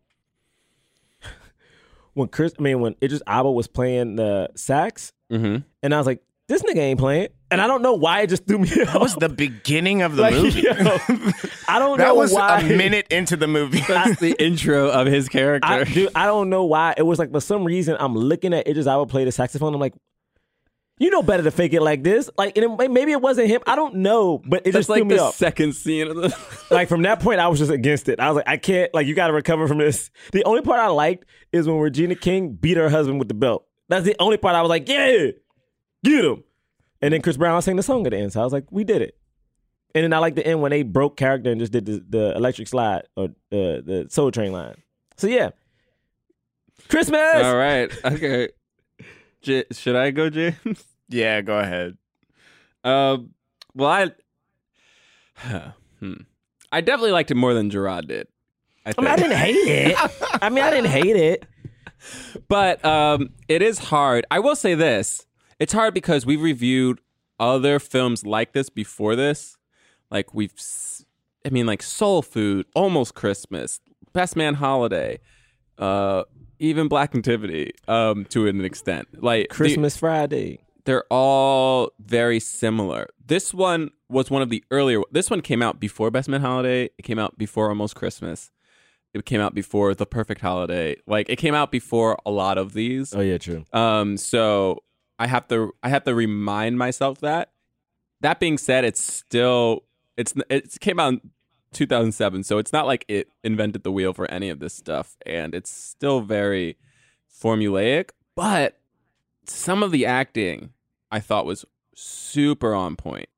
Speaker 2: when Chris. I mean, when Idris Alba was playing the sax,
Speaker 3: Mhm.
Speaker 2: and I was like, this nigga ain't playing. And I don't know why it just threw me off.
Speaker 4: That was the beginning of the
Speaker 2: Like,
Speaker 4: movie.
Speaker 2: yo, I don't know
Speaker 4: that was
Speaker 2: why.
Speaker 4: a minute into the movie.
Speaker 3: That's the intro of his character.
Speaker 2: I, dude, I don't know why. It was like for some reason I'm looking at Idris Alba play the saxophone. I'm like, you know better to fake it like this. Like, and it, maybe it wasn't him. I don't know, but it
Speaker 3: That's
Speaker 2: just threw
Speaker 3: like
Speaker 2: me
Speaker 3: the
Speaker 2: off.
Speaker 3: second scene of the.
Speaker 2: like from that point, I was just against it. I was like, I can't. Like, you got to recover from this. The only part I liked is when Regina King beat her husband with the belt. That's the only part I was like, yeah, get him. And then Chris Brown sang the song at the end, so I was like, we did it. And then I like the end when they broke character and just did the, the electric slide or uh, the Soul Train line. So yeah, Christmas.
Speaker 3: All right. Okay. J- should I go, James?
Speaker 4: yeah, go ahead.
Speaker 3: Um, well, I, hmm. I definitely liked it more than Gerard did. I
Speaker 2: I mean, I
Speaker 3: think.
Speaker 2: didn't hate it. I mean, I didn't hate it.
Speaker 3: but um, it is hard. I will say this: it's hard because we've reviewed other films like this before this. Like we've, s- I mean, like Soul Food, Almost Christmas, Best Man Holiday, uh, even Black Nativity, um, to an extent. Like the-
Speaker 2: Christmas Friday.
Speaker 3: they're all very similar. This one was one of the earlier. This one came out before Best Man Holiday. It came out before Almost Christmas. It came out before The Perfect Holiday. Like it came out before a lot of these.
Speaker 2: Oh, yeah, true.
Speaker 3: Um, so I have to I have to remind myself that. That being said, it's still it's it came out in 2007, so it's not like it invented the wheel for any of this stuff, and it's still very formulaic. But some of the acting I thought was super on point.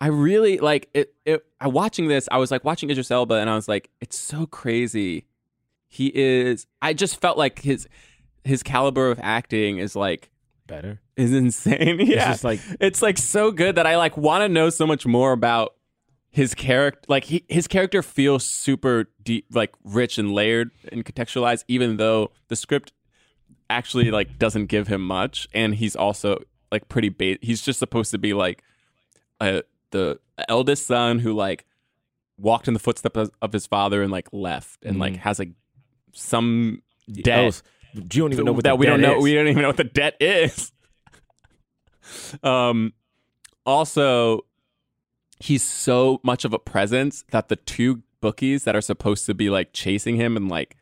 Speaker 3: I really like it. it I watching this, I was like watching Idris Elba, and I was like, it's so crazy He is. I just felt like his his caliber of acting is like
Speaker 2: Better.
Speaker 3: is insane.
Speaker 2: It's
Speaker 3: yeah,
Speaker 2: just like
Speaker 3: it's like so good that I like want to know so much more about his character. Like he, his character feels super deep, like rich and layered and contextualized, even though the script actually like doesn't give him much, and he's also like pretty. Ba- he's just supposed to be like uh, the eldest son who like walked in the footsteps of- of his father and like left, and
Speaker 2: Mm-hmm.
Speaker 3: like has like some debt
Speaker 2: else. You don't even know what
Speaker 3: that
Speaker 2: the
Speaker 3: we don't
Speaker 2: debt
Speaker 3: know.
Speaker 2: is.
Speaker 3: We don't even know what the debt is. um, also, he's so much of a presence that the two bookies that are supposed to be like chasing him and like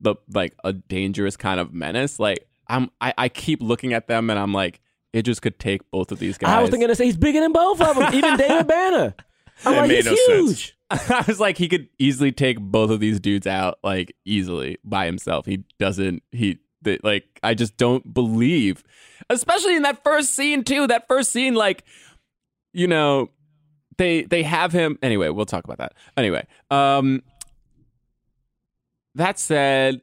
Speaker 3: the like a dangerous kind of menace. Like I'm, I, I keep looking at them and I'm like, it just could take both of these guys.
Speaker 2: I was thinking to say he's bigger than both of them, even David Banner. I'm
Speaker 4: That
Speaker 2: like, he's
Speaker 4: made no sense.
Speaker 2: huge.
Speaker 3: I was like, he could easily take both of these dudes out, like easily by himself. He doesn't. He th- like. I just don't believe, especially in that first scene too. That first scene, like, you know, they they have him. Anyway, we'll talk about that. Anyway, um, that said,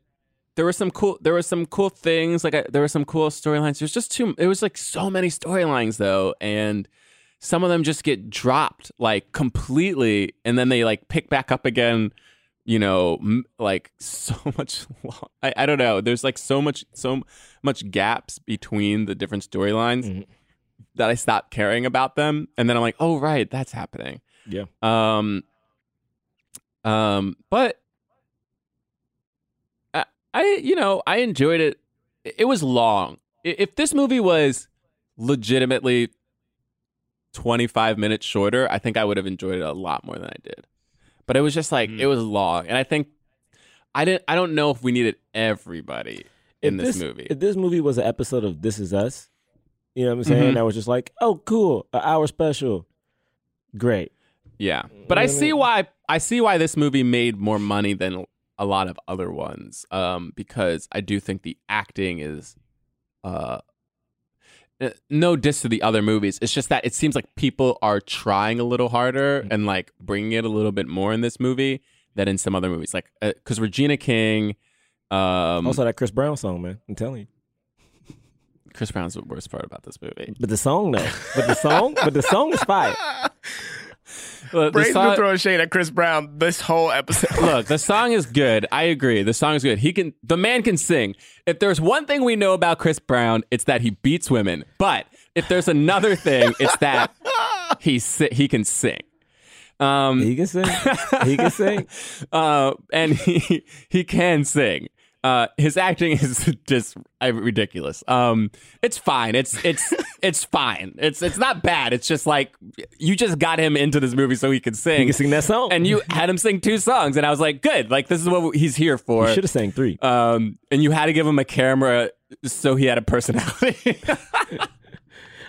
Speaker 3: there were some cool. There were some cool things. Like, I, there were some cool storylines. There's just too. It was like so many storylines though, and some of them just get dropped like completely and then they like pick back up again you know m- like so much long I, I don't know there's like so much so much gaps between the different storylines
Speaker 2: Mhm.
Speaker 3: that i stopped caring about them and then i'm like oh right that's happening
Speaker 2: Yeah.
Speaker 3: um um but i, I you know i enjoyed it it it was long I- if this movie was legitimately 25 minutes shorter, I think I would have enjoyed it a lot more than I did. But it was just like
Speaker 4: Mm.
Speaker 3: it was long, and I think I didn't. I don't know if we needed everybody in
Speaker 2: If
Speaker 3: this, movie.
Speaker 2: If this movie was an episode of This Is Us, you know what I'm saying?
Speaker 3: Mhm.
Speaker 2: I was just like, oh, cool, an hour special, great.
Speaker 3: Mm. yeah, but I
Speaker 2: what I
Speaker 3: see
Speaker 2: mean?
Speaker 3: why. I see why this movie made more money than a lot of other ones, um, because I do think the acting is. Uh, uh, no diss to the other movies. It's just that it seems like people are trying a little harder and like bringing it a little bit more in this movie than in some other movies. Like, because Regina King, um,
Speaker 2: Also, that Chris Brown song, man, I'm telling you.
Speaker 3: Chris Brown's the worst part about this movie.
Speaker 2: But the song though, but the song, but the song is fire.
Speaker 3: Look, the
Speaker 4: Bray's been
Speaker 3: song-
Speaker 4: throwing shade at Chris Brown this whole episode.
Speaker 3: look, the song is good. I agree. The song is good. He can, the man can sing. If there's one thing we know about Chris Brown, it's that he beats women. But if there's another thing, it's that he si- he can sing. Um,
Speaker 2: He can sing. He can sing.
Speaker 3: uh, and he he can sing. Uh, his acting is just uh, ridiculous. Um, it's fine. It's it's it's fine. It's it's not bad. It's just like you just got him into this movie so he could sing.
Speaker 2: He can sing that song.
Speaker 3: And you had him sing two songs, and I was like, good. Like this is what he's here for.
Speaker 2: You should have sang three.
Speaker 3: Um, and you had to give him a camera so he had a personality.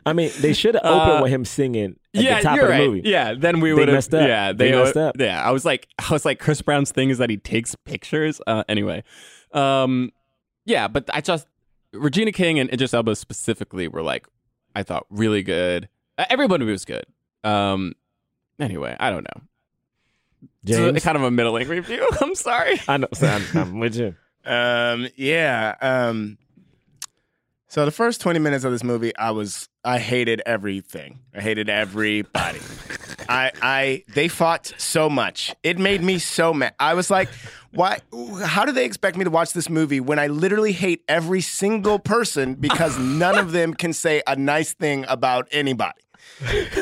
Speaker 2: I mean, they should have opened
Speaker 3: uh,
Speaker 2: with him singing at
Speaker 3: yeah,
Speaker 2: the top
Speaker 3: you're
Speaker 2: of the
Speaker 3: right.
Speaker 2: movie.
Speaker 3: Yeah, then we
Speaker 2: They
Speaker 3: would have
Speaker 2: messed up.
Speaker 3: Yeah,
Speaker 2: They
Speaker 3: would-
Speaker 2: messed up.
Speaker 3: Yeah, I was like, I was like, Chris Brown's thing is that he takes pictures. Uh, anyway, um, yeah, but I just Regina King and Idris Elba specifically were like, I thought really good. Uh, Everybody was good. Um, anyway, I don't know. It's
Speaker 2: James,
Speaker 3: kind of a middling review. I'm sorry.
Speaker 2: I know. So I'm, I'm with you.
Speaker 4: Um, yeah. Um, so the first 20 minutes of this movie, I was I hated everything. I hated everybody. I I they fought so much. It made me so mad. I was like, why how do they expect me to watch this movie when I literally hate every single person because none of them can say a nice thing about anybody.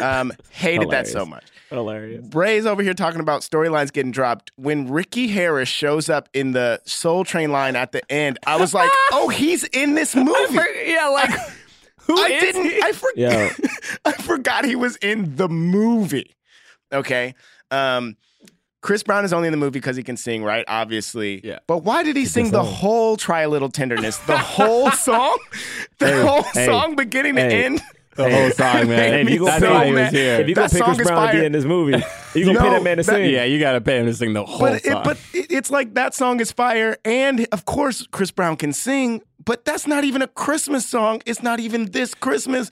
Speaker 4: Um, hated that so
Speaker 2: Hilarious.
Speaker 4: much.
Speaker 2: Hilarious.
Speaker 4: Bray's over here talking about storylines getting dropped. When Ricky Harris shows up in the Soul Train line at the end, I was like, "Oh, he's in this movie."
Speaker 3: yeah, like who
Speaker 4: I
Speaker 3: is
Speaker 4: didn't.
Speaker 3: he?
Speaker 4: I forgot.
Speaker 2: Yeah.
Speaker 4: I forgot he was in the movie. Okay. Um, Chris Brown is only in the movie because he can sing, right? Obviously.
Speaker 3: Yeah.
Speaker 4: But why did he sing the
Speaker 2: song.
Speaker 4: whole "Try a Little Tenderness"? The whole song. The
Speaker 2: Hey,
Speaker 4: whole
Speaker 2: hey,
Speaker 4: song, beginning to
Speaker 2: hey.
Speaker 4: end.
Speaker 3: the whole song, man.
Speaker 4: Hey,
Speaker 2: if you gonna
Speaker 3: That's why
Speaker 2: pay-
Speaker 3: he was
Speaker 4: if
Speaker 3: here.
Speaker 2: If you gonna
Speaker 4: That
Speaker 2: pick Chris
Speaker 4: song is
Speaker 2: Brown to be
Speaker 4: fire.
Speaker 2: in this movie, you gonna
Speaker 4: No,
Speaker 2: pay that man to
Speaker 4: that-
Speaker 2: sing.
Speaker 3: yeah, you gotta pay him to sing the whole
Speaker 4: But
Speaker 3: song.
Speaker 4: it, but it, it's like that song is fire, and of course Chris Brown can sing. But that's not even a Christmas song. It's not even this Christmas.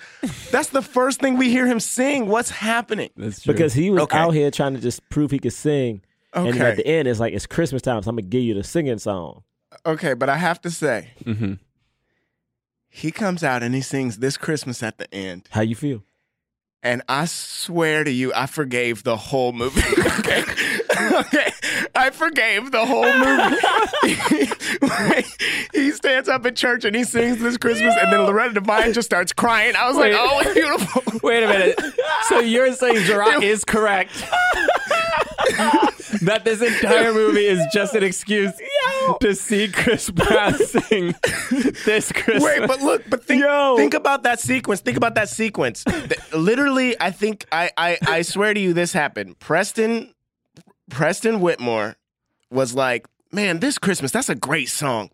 Speaker 4: That's the first thing we hear him sing. What's happening?
Speaker 3: That's true.
Speaker 2: because he was
Speaker 4: Okay.
Speaker 2: out here trying to just prove he could sing, And then at
Speaker 4: Okay.
Speaker 2: the end, it's like it's Christmas time, so I'm gonna give you the singing song.
Speaker 4: Okay, but I have to say,
Speaker 3: hmm
Speaker 4: he comes out and he sings this Christmas at the end.
Speaker 2: How you feel?
Speaker 4: And I swear to you, I forgave the whole movie. okay. okay. I forgave the whole movie. he stands up at church and he sings this Christmas, and then Loretta Devine just starts crying. I was
Speaker 3: Wait.
Speaker 4: like, oh, it's beautiful.
Speaker 3: Wait a minute. So you're saying Gerard is correct? that this entire movie is just an excuse to see Chris Brown sing this Christmas.
Speaker 4: Wait, but look, but think,
Speaker 2: Yo.
Speaker 4: think about that sequence. Think about that sequence. Th- Literally, I think I, I I swear to you, this happened. Preston Preston Whitmore was like, man, this Christmas, that's a great song.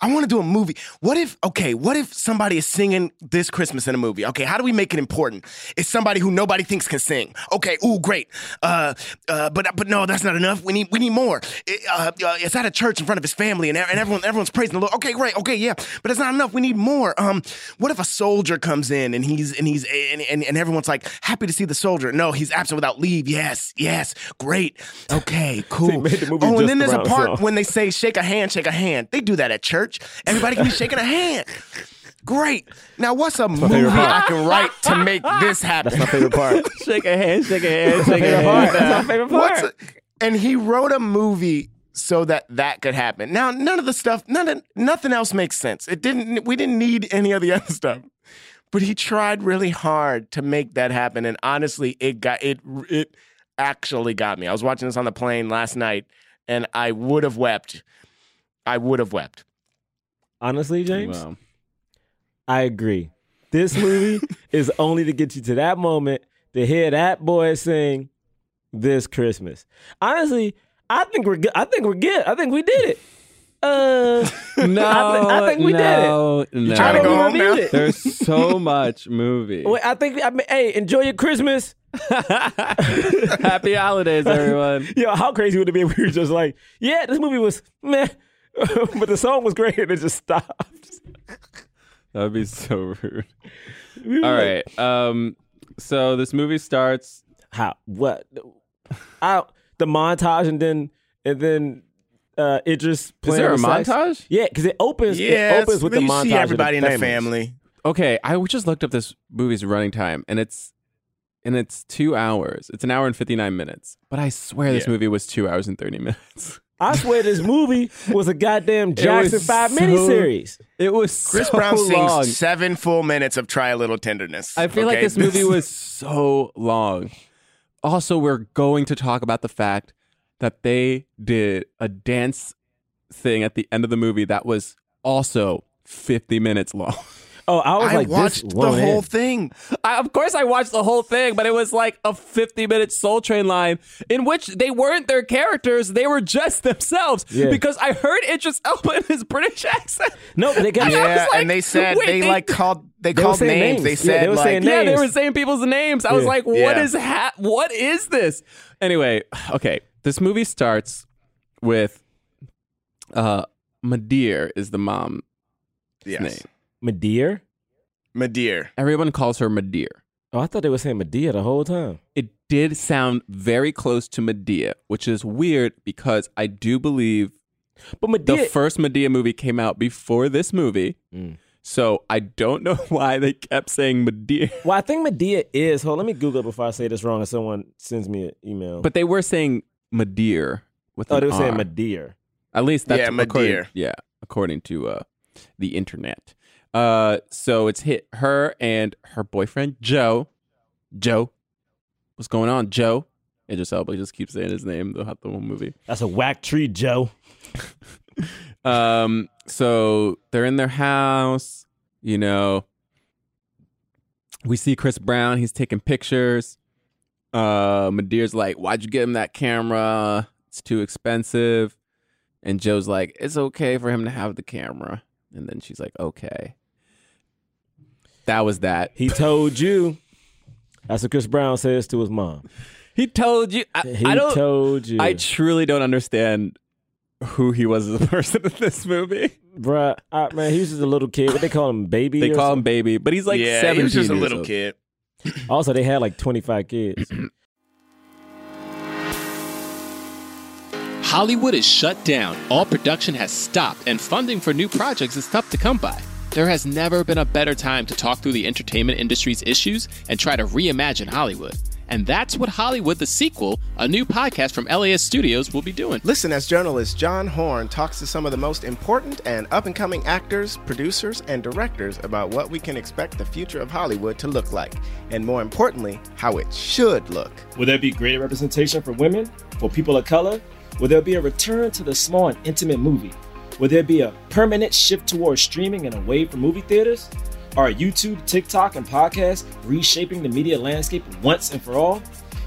Speaker 4: I want to do a movie. What if, okay, what if somebody is singing this Christmas in a movie? Okay, how do we make it important? It's somebody who nobody thinks can sing. Okay, ooh, great. Uh, uh, but but no, that's not enough. We need we need more. It, uh, uh, it's at a church in front of his family, and, and everyone everyone's praising the Lord. Okay, great. Okay, yeah, but it's not enough. We need more. Um, what if a soldier comes in and he's and he's and, and, and everyone's like happy to see the soldier? No, he's absent without leave. Yes, yes, great. Okay, cool.
Speaker 2: made the movie
Speaker 4: oh,
Speaker 2: just
Speaker 4: and then there's a
Speaker 2: around
Speaker 4: part
Speaker 2: itself.
Speaker 4: when they say shake a hand, shake a hand. They do that at church. Everybody can be shaking a hand. Great. Now, what's a movie
Speaker 2: favorite
Speaker 4: I can write to make this happen?
Speaker 2: That's my favorite part.
Speaker 3: shake a hand, shake a hand,
Speaker 2: my
Speaker 3: shake a
Speaker 2: favorite part.
Speaker 3: hand.
Speaker 2: That's my favorite
Speaker 4: What's
Speaker 2: part.
Speaker 4: a- and he wrote a movie so that that could happen. Now, none of the stuff, none of, nothing else makes sense. It didn't. We didn't need any of the other stuff. But he tried really hard to make that happen, and honestly, it got it. It actually got me. I was watching this on the plane last night, and I would have wept. I would have wept.
Speaker 2: Honestly, James,
Speaker 3: Wow.
Speaker 2: I agree. This movie is only to get you to that moment to hear that boy sing this Christmas. Honestly, I think we're good. I think we're good. I think we did it. Uh,
Speaker 3: No,
Speaker 2: I, thi- I think we
Speaker 3: did it.
Speaker 4: You
Speaker 3: No.
Speaker 2: did it. I
Speaker 4: trying to
Speaker 2: think
Speaker 4: go
Speaker 2: we
Speaker 4: home now?
Speaker 2: did it.
Speaker 3: There's so much movie.
Speaker 2: Wait, I think. I mean, hey, enjoy your Christmas.
Speaker 3: Happy holidays, everyone.
Speaker 2: Yo, how crazy would it be if we were just like, yeah, this movie was meh, but the song was great and it just stopped.
Speaker 3: That would be so rude.
Speaker 2: We were
Speaker 3: All
Speaker 2: like,
Speaker 3: right. Um. So this movie starts.
Speaker 2: how what I the montage and then and then uh it just
Speaker 3: Is there a montage?
Speaker 2: yeah because it opens
Speaker 4: Yeah,
Speaker 2: it opens with the
Speaker 4: you
Speaker 2: montage
Speaker 4: see everybody
Speaker 2: of
Speaker 4: in
Speaker 2: the
Speaker 4: the family.
Speaker 3: Okay, I just looked up this movie's running time, and it's and it's two hours. It's an hour and fifty nine minutes. But I swear this
Speaker 4: Yeah.
Speaker 3: movie was two hours and thirty minutes.
Speaker 2: I swear this movie was a goddamn Jackson
Speaker 3: was
Speaker 2: Five
Speaker 3: so-
Speaker 2: miniseries.
Speaker 3: It was
Speaker 4: Chris
Speaker 3: so
Speaker 4: Brown sings
Speaker 3: long.
Speaker 4: seven full minutes of "Try a Little Tenderness."
Speaker 3: I feel like
Speaker 4: okay?
Speaker 3: this movie was so long. Also, we're going to talk about the fact that they did a dance thing at the end of the movie that was also 50 minutes long.
Speaker 2: Oh, I was
Speaker 4: I
Speaker 2: like,
Speaker 4: watched
Speaker 2: this
Speaker 4: the
Speaker 2: won't
Speaker 4: whole
Speaker 2: end.
Speaker 4: thing.
Speaker 3: I, of course, I watched the whole thing, but it was like a 50 minute Soul Train line in which they weren't their characters, they were just themselves.
Speaker 2: Yeah.
Speaker 3: Because I heard Idris Elba in his British accent.
Speaker 2: No, they got
Speaker 3: I was
Speaker 4: Yeah,
Speaker 3: like,
Speaker 4: and they said
Speaker 3: wait,
Speaker 4: they,
Speaker 3: they-
Speaker 4: like called they,
Speaker 2: They were
Speaker 4: called
Speaker 2: saying
Speaker 4: names. They
Speaker 2: names. Yeah,
Speaker 4: said
Speaker 2: they were
Speaker 4: like
Speaker 2: saying
Speaker 3: Yeah, they
Speaker 2: names.
Speaker 3: were saying people's names. I was
Speaker 2: Yeah.
Speaker 3: like, what
Speaker 4: Yeah.
Speaker 3: is ha- what is this? Anyway, okay. This movie starts with uh Madeir is the mom's
Speaker 4: yes.
Speaker 3: name.
Speaker 2: Madeir.
Speaker 4: Madeir.
Speaker 3: Everyone calls her Madeir.
Speaker 2: Oh, I thought they were saying Medea the whole time.
Speaker 3: It did sound very close to Medea, which is weird because I do believe the
Speaker 2: But Medea,
Speaker 3: first Medea movie came out before this movie.
Speaker 2: Mm.
Speaker 3: So I don't know why they kept saying Medea.
Speaker 2: well, I think Medea is. Hold, on, let me Google it before I say this wrong. If someone sends me an email,
Speaker 3: But they were saying Madeir with
Speaker 2: oh,
Speaker 3: an
Speaker 2: they were saying
Speaker 3: R.
Speaker 2: Medea.
Speaker 3: At least that's
Speaker 4: Yeah, my
Speaker 3: according,
Speaker 4: dear.
Speaker 3: Yeah, according to uh, the internet. Uh, so it's hit her and her boyfriend Joe. Joe, what's going on, Joe? And just Elba just keeps saying his name throughout the whole movie.
Speaker 2: That's a whack tree, Joe.
Speaker 3: Um, so they're in their house. You know, we see Chris Brown. He's taking pictures. Uh, Madeir's like, "Why'd you get him that camera? It's too expensive." And Joe's like, "It's okay for him to have the camera." And then she's like, "Okay." That was that.
Speaker 2: He told you. That's what Chris Brown says to his mom.
Speaker 3: He told you. I,
Speaker 2: He
Speaker 3: I don't.
Speaker 2: told you.
Speaker 3: I truly don't understand who he was as a person in this movie.
Speaker 2: Bruh, I, man, he was just a little kid. What they call him, baby?
Speaker 3: They
Speaker 2: or
Speaker 3: call him baby, but he's like
Speaker 4: yeah,
Speaker 3: seventeen.
Speaker 4: he was just a
Speaker 3: years
Speaker 4: little
Speaker 3: old.
Speaker 4: kid.
Speaker 2: something? Also, they had like 25 kids.
Speaker 7: Hollywood is shut down, all production has stopped, and funding for new projects is tough to come by. There has never been a better time to talk through the entertainment industry's issues and try to reimagine Hollywood. And that's what Hollywood the Sequel, a new podcast from LAS Studios, will be doing.
Speaker 4: Listen as journalist John Horn talks to some of the most important and up and coming actors, producers, and directors about what we can expect the future of Hollywood to look like, and more importantly, how it should look.
Speaker 2: Will there be greater representation for women, for people of color? Will there be a return to the small and intimate movie? Will there be a permanent shift towards streaming and away from movie theaters? Are YouTube, TikTok, and podcasts reshaping the media landscape once and for all?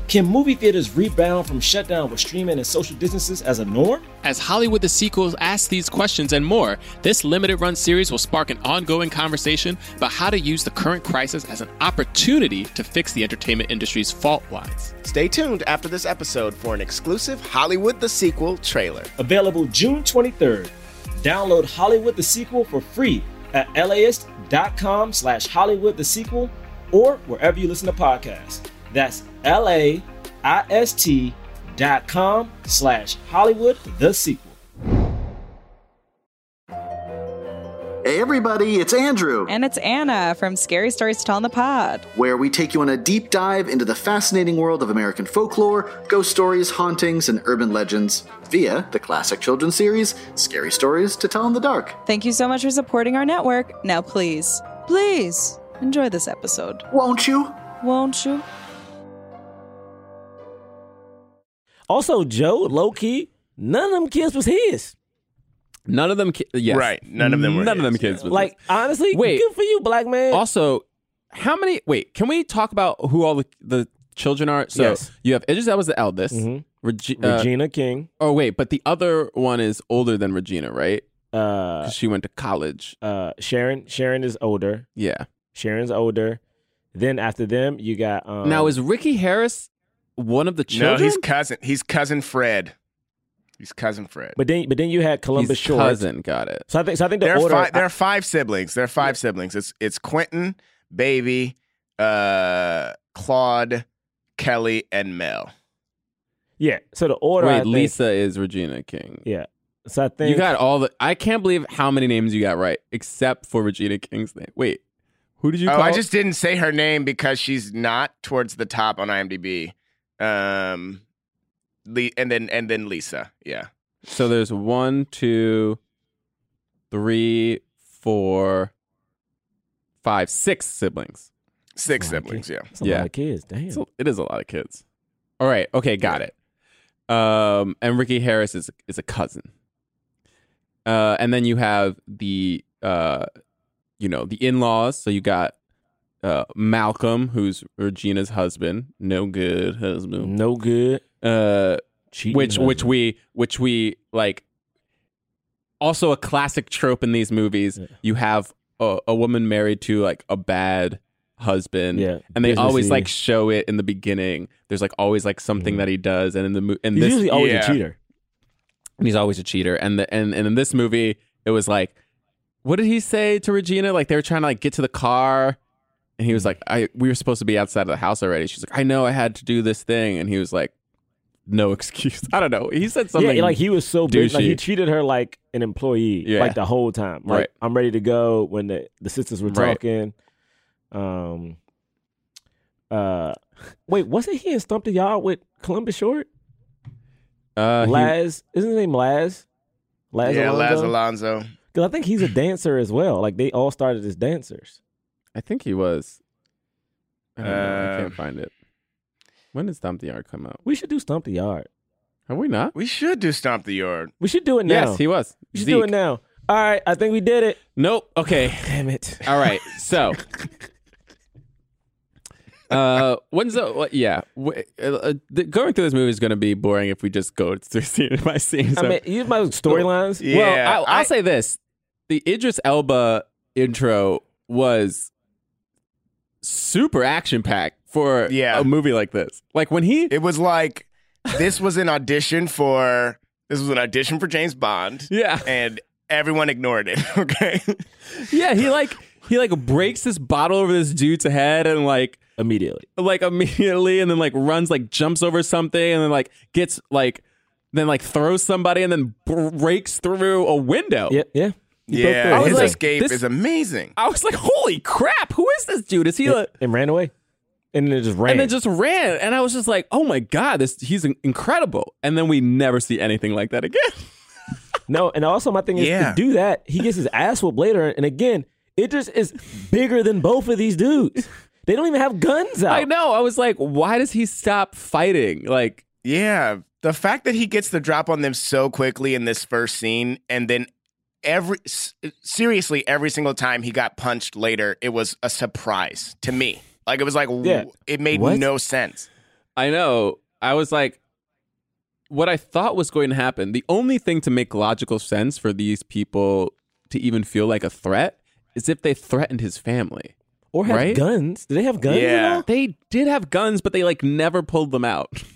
Speaker 2: Can movie theaters rebound from shutdown with streaming and social distances as a norm?
Speaker 7: As Hollywood the Sequels asks these questions and more, this limited run series will spark an ongoing conversation about how to use the current crisis as an opportunity to fix the entertainment industry's fault lines.
Speaker 4: Stay tuned after this episode for an exclusive Hollywood the Sequel trailer.
Speaker 2: Available June 23rd. Download Hollywood the Sequel for free at las.com slash Hollywood the Sequel or wherever you listen to podcasts. That's L-A-I-S-T dot com slash Hollywood the Sequel.
Speaker 8: Hey, everybody, it's Andrew,
Speaker 9: And it's Anna from Scary Stories to Tell on the Pod.
Speaker 8: where we take you on a deep dive into the fascinating world of American folklore, ghost stories, hauntings, and urban legends via the classic children's series, Scary Stories to Tell in the Dark.
Speaker 9: Thank you so much for supporting our network. Now, please, please enjoy this episode,
Speaker 8: Won't you?
Speaker 9: won't you?
Speaker 2: Also, Joe, low key, none of them kids was his.
Speaker 3: None of them. Ki- yes.
Speaker 4: Right. None of them were
Speaker 3: None of
Speaker 4: his.
Speaker 3: them kids. was
Speaker 2: Like, honestly,
Speaker 3: Wait.
Speaker 2: good for you, black man.
Speaker 3: Also, how many? Wait, can we talk about who all the, the children are? So
Speaker 2: Yes.
Speaker 3: you have Idris that was the eldest.
Speaker 2: Mhm.
Speaker 3: Regi- uh,
Speaker 2: Regina King.
Speaker 3: oh wait, but the other one is older than Regina, right?
Speaker 2: Uh,
Speaker 3: 'Cause she went to college.
Speaker 2: uh, Sharon. Sharon is older.
Speaker 3: Yeah.
Speaker 2: Sharon's older. Then after them, you got um,
Speaker 3: now is Ricky Harris one of the children?
Speaker 4: No, he's cousin. He's cousin Fred. He's cousin Fred.
Speaker 2: but then but then you had
Speaker 3: He's
Speaker 2: Columbus Short.
Speaker 3: cousin. Got it.
Speaker 2: So I think so I think the
Speaker 4: there are
Speaker 2: order
Speaker 4: five. There are five siblings. There are five siblings. It's it's Quentin, Baby, uh, Claude, Kelly, and Mel.
Speaker 2: yeah. So the order. I
Speaker 3: Wait,
Speaker 2: think-
Speaker 3: Lisa is Regina King.
Speaker 2: Yeah. So I think
Speaker 3: You got all the. I can't believe how many names you got right, except for Regina King's name. Wait, who did you
Speaker 4: Oh,
Speaker 3: call?
Speaker 4: I just didn't say her name because she's not towards the top on IMDb. Um, Le- and then and then Lisa. Yeah,
Speaker 3: So there's one, two, three, four, five, six siblings.
Speaker 4: six
Speaker 2: That's a lot of
Speaker 4: siblings. Yeah.
Speaker 2: kids. That's a
Speaker 3: Yeah.
Speaker 2: lot of kids. Damn.
Speaker 3: So it is a lot of kids. All right. Okay. Got it. Um, and Ricky Harris is is a cousin. Uh, and then you have the uh, you know, the in laws. So you got uh Malcolm, who's Regina's husband, no good husband.
Speaker 2: no good.
Speaker 3: Uh,
Speaker 2: Cheating
Speaker 3: Mm. which which
Speaker 2: husband.
Speaker 3: we which we like also a classic trope in these movies
Speaker 2: Yeah.
Speaker 3: you have a, a woman married to like a bad husband
Speaker 2: Yeah,
Speaker 3: and they always
Speaker 2: businessy.
Speaker 3: like show it in the beginning there's like always like something
Speaker 2: Mhm.
Speaker 3: that he does and in the mo- and
Speaker 2: He's
Speaker 3: this
Speaker 2: usually always
Speaker 4: yeah.
Speaker 2: a cheater.
Speaker 3: he's always a cheater and the and, and in this movie it was like what did he say to regina like they were trying to like get to the car and he was
Speaker 2: Mm.
Speaker 3: like i we were supposed to be outside of the house already she's like i know i had to do this thing and he was like no excuse i don't know he said something
Speaker 2: yeah, like he was so big. Like he
Speaker 3: douchey.
Speaker 2: treated her like an employee,
Speaker 3: Yeah.
Speaker 2: like the whole time. Like
Speaker 3: Right.
Speaker 2: I'm ready to go when the, the sisters were
Speaker 3: Right.
Speaker 2: talking. Um. Uh, wait, wasn't he in Stump the Yard with Columbus Short?
Speaker 3: Uh, he-
Speaker 2: Laz, isn't his name Laz? Laz
Speaker 4: yeah, Laz
Speaker 2: Alonso.
Speaker 4: Alonso.
Speaker 2: Because I think he's a dancer as well. Like they all started as dancers.
Speaker 3: I think he was. I, don't know. I
Speaker 4: Um,
Speaker 3: can't find it. When did Stomp the Yard come out?
Speaker 2: We should do Stump the Yard.
Speaker 3: Have we not?
Speaker 4: We should do Stomp the Yard.
Speaker 2: We should do it now.
Speaker 3: Yes, he was.
Speaker 2: we should
Speaker 3: Zeke.
Speaker 2: do it now. All right, I think we did it.
Speaker 3: Nope. Okay.
Speaker 2: Damn it.
Speaker 3: All right. So, uh, when's the? what- yeah. Wh- uh, uh, the, going through this movie is going to be boring if we just go through scene by scene.
Speaker 2: I
Speaker 3: so-
Speaker 2: mean, you my storylines.
Speaker 4: Yeah,
Speaker 3: well, I'll, I'll
Speaker 4: I-
Speaker 3: say this: the Idris Elba intro was super action packed for
Speaker 4: Yeah.
Speaker 3: a movie like this. Like when he
Speaker 4: It was like this was an audition for this was an audition for James Bond,
Speaker 3: Yeah.
Speaker 4: and everyone ignored it. Okay,
Speaker 3: Yeah, he like he like breaks this bottle over this dude's head and like
Speaker 2: Immediately.
Speaker 3: like immediately and then like runs like jumps over something and then like gets like then like throws somebody and then breaks through a window.
Speaker 2: Yeah, yeah. He broke
Speaker 4: Yeah,
Speaker 2: through.
Speaker 3: was
Speaker 4: his
Speaker 3: like,
Speaker 4: escape
Speaker 3: this-
Speaker 4: is amazing.
Speaker 3: I was like, holy crap, who is this dude? Is he a.
Speaker 2: and ran away, and then it just ran.
Speaker 3: And then just ran. And I was just like, oh my God, this he's in- incredible. And then we never see anything like that again.
Speaker 2: No, and also my thing is
Speaker 4: Yeah.
Speaker 2: to do that, he gets his ass whooped later, and again, it just is bigger than both of these dudes. They don't even have guns out.
Speaker 3: I know. I was like, why does he stop fighting? Like,
Speaker 4: Yeah, the fact that he gets the drop on them so quickly in this first scene, and then every s- seriously every single time he got punched later, it was a surprise to me. Like it was like w-
Speaker 2: Yeah.
Speaker 4: it made
Speaker 2: What?
Speaker 4: no sense.
Speaker 3: I know. I was like, what I thought was going to happen, the only thing to make logical sense for these people to even feel like a threat is if they threatened his family.
Speaker 2: Or have
Speaker 3: Right?
Speaker 2: guns. Do they have guns at
Speaker 4: Yeah.
Speaker 2: all?
Speaker 3: They did have guns, but they like never pulled them out.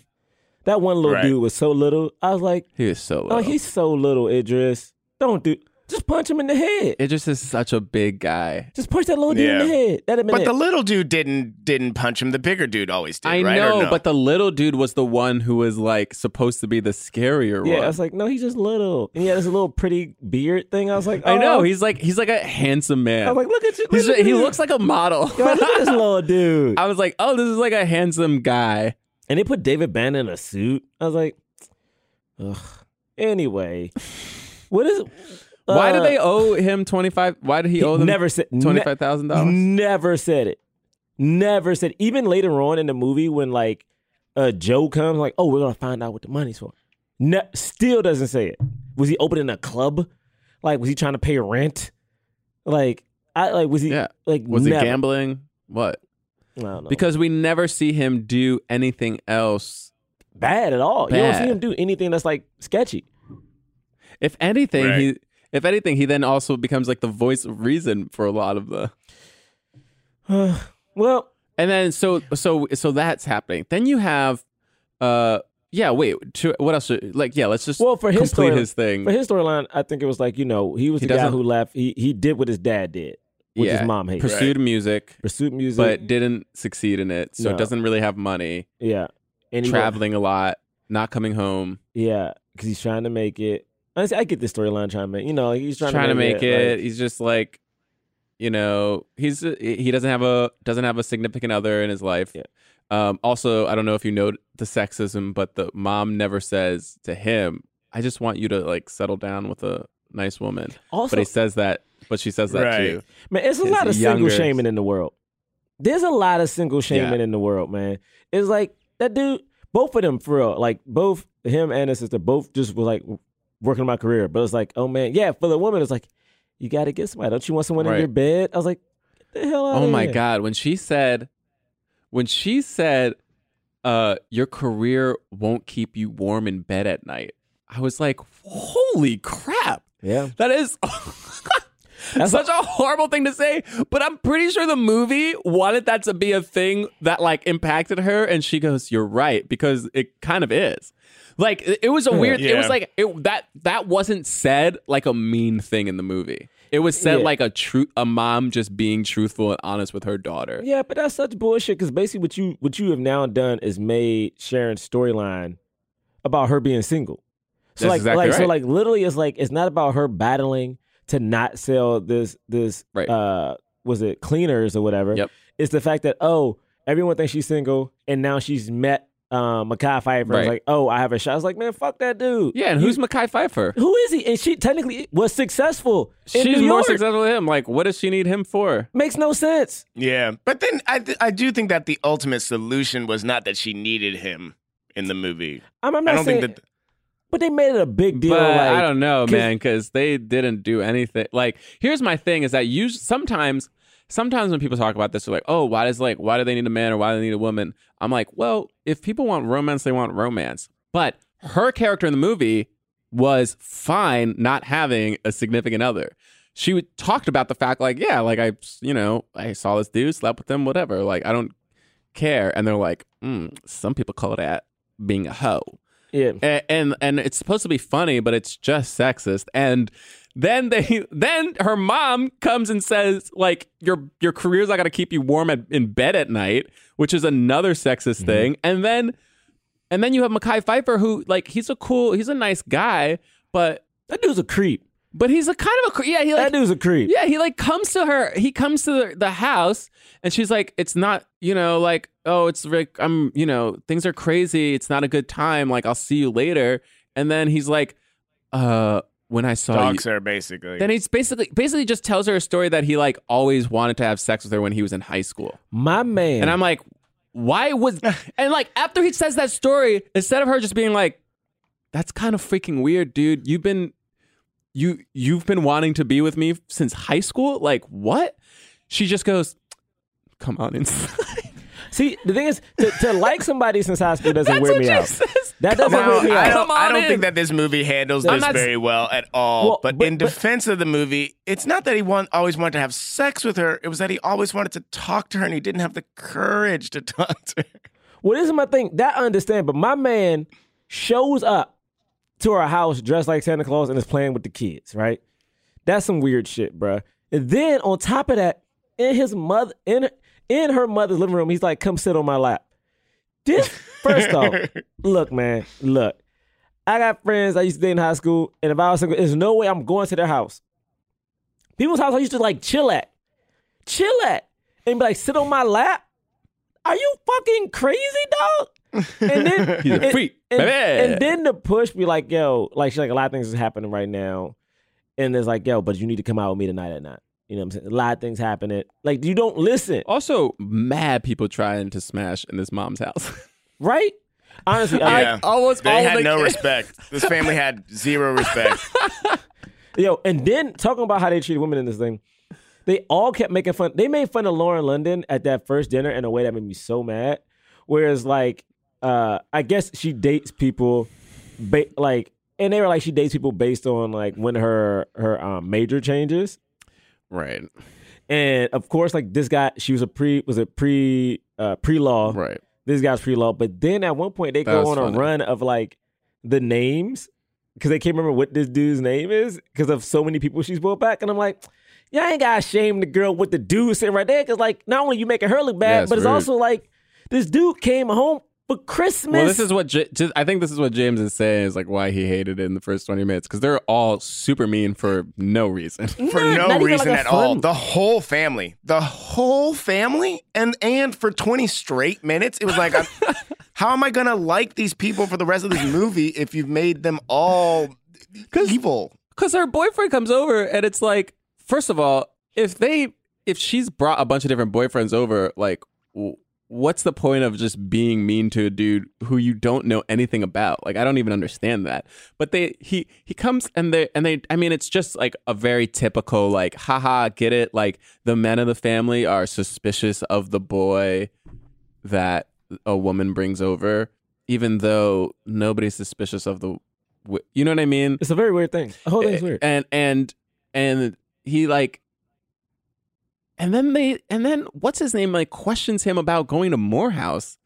Speaker 2: That one little
Speaker 4: Right.
Speaker 2: dude was so little. I was like,
Speaker 3: He was so low.
Speaker 2: oh, he's so little, Idris. Don't do just punch him in the head.
Speaker 3: it just is such a big guy.
Speaker 2: Just punch that little dude in the
Speaker 4: Yeah.
Speaker 2: head. That'd have been
Speaker 4: But
Speaker 2: it.
Speaker 4: the little dude didn't didn't punch him. The bigger dude always did.
Speaker 3: I
Speaker 4: right? Or
Speaker 3: know,
Speaker 4: no?
Speaker 3: but the little dude was the one who was like supposed to be the scarier
Speaker 2: yeah,
Speaker 3: one.
Speaker 2: I was like, no, he's just little. And he had this little pretty beard thing. I was like,
Speaker 3: I know
Speaker 2: oh.
Speaker 3: he's like he's like a handsome man.
Speaker 2: I was like, look at you.
Speaker 3: He's-
Speaker 2: look at
Speaker 3: he
Speaker 2: you.
Speaker 3: looks like a model.
Speaker 2: Yo, look at this little dude.
Speaker 3: I was like, oh, this is like a handsome guy.
Speaker 2: And they put David Bannon in a suit. I was like, ugh. Anyway, what is?
Speaker 3: Why
Speaker 2: uh,
Speaker 3: did they owe him twenty five? Why did he,
Speaker 2: He
Speaker 3: owe them
Speaker 2: never said ne-
Speaker 3: twenty five thousand dollars?
Speaker 2: Never said it. Never said. Even later on in the movie, when like uh, Joe comes, like, oh, we're gonna find out what the money's for. Ne- still doesn't say it. Was he opening a club? Like, was he trying to pay rent? Like, I like was he
Speaker 3: Yeah.
Speaker 2: like
Speaker 3: Was
Speaker 2: never, Oh.
Speaker 3: it gambling? What?
Speaker 2: I don't know.
Speaker 3: Because we never see him do anything else.
Speaker 2: bad at all. You don't
Speaker 3: Bad.
Speaker 2: see him do anything that's like sketchy.
Speaker 3: If anything,
Speaker 4: Right.
Speaker 3: he if anything, he then also becomes like the voice of reason for a lot of the.
Speaker 2: Well,
Speaker 3: And then so so so that's happening. Then you have, uh, yeah. Wait, to, what else? should- Like, yeah. Let's just
Speaker 2: Well, for his
Speaker 3: complete
Speaker 2: story-
Speaker 3: his thing.
Speaker 2: For his storyline, I think it was like you know he was
Speaker 3: He
Speaker 2: the guy
Speaker 3: doesn't-
Speaker 2: who left. He he did what his dad did, which
Speaker 3: yeah.
Speaker 2: his mom hated.
Speaker 3: pursued music,
Speaker 2: Pursued music,
Speaker 3: but didn't succeed in it, so
Speaker 2: No.
Speaker 3: doesn't really have money.
Speaker 2: yeah, and he went-
Speaker 3: traveling a lot, not coming home,
Speaker 2: yeah, because he's trying to make it. Honestly, I get this storyline trying to make you know like, he's
Speaker 3: trying,
Speaker 2: trying,
Speaker 3: to make, it.
Speaker 2: like-
Speaker 3: he's just like, you know, he's he doesn't have a doesn't have a significant other in his life.
Speaker 2: Yeah.
Speaker 3: Um, also, I don't know if you know the sexism, but the mom never says to him, "I just want you to like settle down with a nice woman."
Speaker 2: also,
Speaker 3: but he says that, but she says that
Speaker 4: Right.
Speaker 3: too.
Speaker 2: man, it's a
Speaker 3: his
Speaker 2: lot of single
Speaker 3: younger-
Speaker 2: shaming in the world. There's a lot of single shaming
Speaker 3: Yeah.
Speaker 2: in the world, man. It's like that dude. Both of them, for real, like both him and his sister, both just were like working on my career. But it's like, oh man, yeah, for the woman, it's like you got to get somebody. Don't you want someone
Speaker 3: Right.
Speaker 2: in your bed? I was like, get the hell out
Speaker 3: Oh my
Speaker 2: here.
Speaker 3: god, when she said when she said uh your career won't keep you warm in bed at night. I was like, "Holy crap.
Speaker 2: Yeah.
Speaker 3: That is such a horrible thing to say, but I'm pretty sure the movie wanted that to be a thing that like impacted her and she goes, "You're right" because it kind of is. Like it it was a weird it was
Speaker 4: Yeah.
Speaker 3: like it that that wasn't said like a mean thing in the movie. It was said
Speaker 2: Yeah.
Speaker 3: like a true a mom just being truthful and honest with her daughter.
Speaker 2: Yeah, but that's such bullshit. Because basically, what you what you have now done is made Sharon's storyline about her being single. So
Speaker 3: That's
Speaker 2: like,
Speaker 3: exactly
Speaker 2: like so
Speaker 3: right.
Speaker 2: like literally, it's like it's not about her battling to not sell this this
Speaker 3: Right.
Speaker 2: uh was it cleaners or whatever.
Speaker 3: Yep.
Speaker 2: It's the fact that oh everyone thinks she's single and now she's met um Makai Pfeiffer. It's
Speaker 3: Right.
Speaker 2: like oh I have a shot. I was like man fuck that dude.
Speaker 3: Yeah, and who's Mackay Pfeiffer?
Speaker 2: Who is he? And she technically was successful. in
Speaker 3: She's
Speaker 2: New
Speaker 3: more
Speaker 2: York.
Speaker 3: successful than him. Like, what does she need him for?
Speaker 2: Makes no sense.
Speaker 4: yeah, but then I th- I do think that the ultimate solution was not that she needed him in the movie.
Speaker 2: I'm, I'm
Speaker 4: I
Speaker 2: not
Speaker 4: don't
Speaker 2: saying,
Speaker 4: think that.
Speaker 2: but they made it a big deal.
Speaker 3: but
Speaker 2: like,
Speaker 3: I don't know,
Speaker 2: 'cause-
Speaker 3: man, because they didn't do anything. Like, here's my thing: is that you sometimes, sometimes when people talk about this, they're like, "Oh, why does like why do they need a man or why do they need a woman?" I'm like, well, if people want romance, they want romance. But her character in the movie was fine not having a significant other. She would- talked about the fact, like, yeah, like I, you know, I saw this dude, slept with him, whatever. Like, I don't care. And they're like, mm, some people call that being a hoe.
Speaker 2: Yeah.
Speaker 3: and, and and it's supposed to be funny, but it's just sexist. And then they then her mom comes and says like your your career's not gonna keep you warm at, in bed at night, which is another sexist thing. And then And then you have Mackay Pfeiffer, who like he's a cool, he's a nice guy, but
Speaker 2: That dude's a creep.
Speaker 3: but he's a kind of a cre- yeah. He
Speaker 2: That
Speaker 3: like
Speaker 2: dude's a creep.
Speaker 3: yeah he like comes to her. He comes to the, the house, and she's like, it's not you know like oh it's Rick. I'm you know things are crazy. It's not a good time. Like I'll see you later. And then he's like, uh, when I saw you,
Speaker 4: Dogs her basically.
Speaker 3: Then he's basically basically just tells her a story that he like always wanted to have sex with her when he was in high school.
Speaker 2: My man.
Speaker 3: And I'm like, why was and like after he says that story, instead of her just being like, That's kind of freaking weird, dude. You've been you you've been wanting to be with me since high school? Like, what? She just goes, Come on inside.
Speaker 2: See, the thing is, to, to like somebody since high school doesn't wear me
Speaker 3: she
Speaker 2: out.
Speaker 3: says.
Speaker 2: That
Speaker 3: Come
Speaker 2: doesn't
Speaker 3: on.
Speaker 4: Now,
Speaker 2: wear me
Speaker 4: I
Speaker 2: out.
Speaker 4: don't,
Speaker 3: Come
Speaker 4: I
Speaker 3: on
Speaker 4: don't
Speaker 3: in.
Speaker 4: think that this movie handles
Speaker 3: I'm
Speaker 4: this
Speaker 3: not s-
Speaker 4: very well at all.
Speaker 2: Well,
Speaker 4: but,
Speaker 2: but-
Speaker 4: in
Speaker 2: but-
Speaker 4: defense of the movie, it's not that he want, always wanted to have sex with her. It was that he always wanted to talk to her and he didn't have the courage to talk to her.
Speaker 2: Well, this is my thing. That I understand, but my man shows up to our house dressed like Santa Claus and is playing with the kids, right? That's some weird shit, bruh. And then on top of that, in his mother in in her mother's living room, he's like, come sit on my lap. This first off, look, man, look. I got friends I used to date in high school, and if I was single, there's no way I'm going to their house. People's house I used to like chill at. Chill at. And be like, sit on my lap. Are you fucking crazy, dog? And then
Speaker 3: He's a
Speaker 2: and-
Speaker 3: freak,
Speaker 2: And,
Speaker 3: baby.
Speaker 2: and then the push be like, yo, like she's like a lot of things is happening right now. And it's like, yo, but you need to come out with me tonight at night. You know what I'm saying? A lot of things happening. Like you don't listen,
Speaker 3: Also, mad people trying to smash in this mom's house.
Speaker 2: right? Honestly, I,
Speaker 4: Yeah.
Speaker 3: Almost all
Speaker 4: They had
Speaker 3: the
Speaker 4: no
Speaker 3: kids-
Speaker 4: respect. This family had zero respect.
Speaker 2: Yo, and then talking about how they treated women in this thing, they all kept making fun. They made fun of Lauren London at that first dinner in a way that made me so mad. Whereas, like, uh, I guess she dates people, ba- like, and they were like she dates people based on like when her her um, major changes.
Speaker 3: Right.
Speaker 2: And of course, like this guy, she was a pre was a pre uh, pre law.
Speaker 3: Right.
Speaker 2: This guy's pre law. But then at one point they
Speaker 3: That
Speaker 2: go
Speaker 3: was
Speaker 2: on
Speaker 3: funny.
Speaker 2: a run of like the names because they can't remember what this dude's name is because of so many people she's brought back. And I'm like, y'all ain't gotta shame the girl with the dude sitting right there because like not only you making her look bad,
Speaker 3: Yeah, it's
Speaker 2: but it's
Speaker 3: rude.
Speaker 2: also like this dude came home for Christmas.
Speaker 3: Well, this is what J- just, I think. This is what James is saying is like why he hated it in the first twenty minutes because they're all super mean for no reason.
Speaker 4: for
Speaker 2: Not-
Speaker 4: no
Speaker 2: not even
Speaker 4: reason
Speaker 2: like a
Speaker 4: at all.
Speaker 2: fun-
Speaker 4: The whole family, the whole family, and and for twenty straight minutes, it was like, I'm, how am I gonna like these people for the rest of this movie if you've made them all evil?
Speaker 3: Because her boyfriend comes over and it's like, first of all, if they if she's brought a bunch of different boyfriends over, like, w- what's the point of just being mean to a dude who you don't know anything about? Like, I don't even understand that. But they he he comes and they and they I mean, it's just like a very typical like, haha, get it? Like the men of the family are suspicious of the boy that a woman brings over, even though nobody's suspicious of the. w- You know what I mean?
Speaker 2: It's a very weird thing. The whole thing's
Speaker 3: A-
Speaker 2: Oh, weird.
Speaker 3: Eh, And and and he like and then they and then what's his name like questions him about going to Morehouse.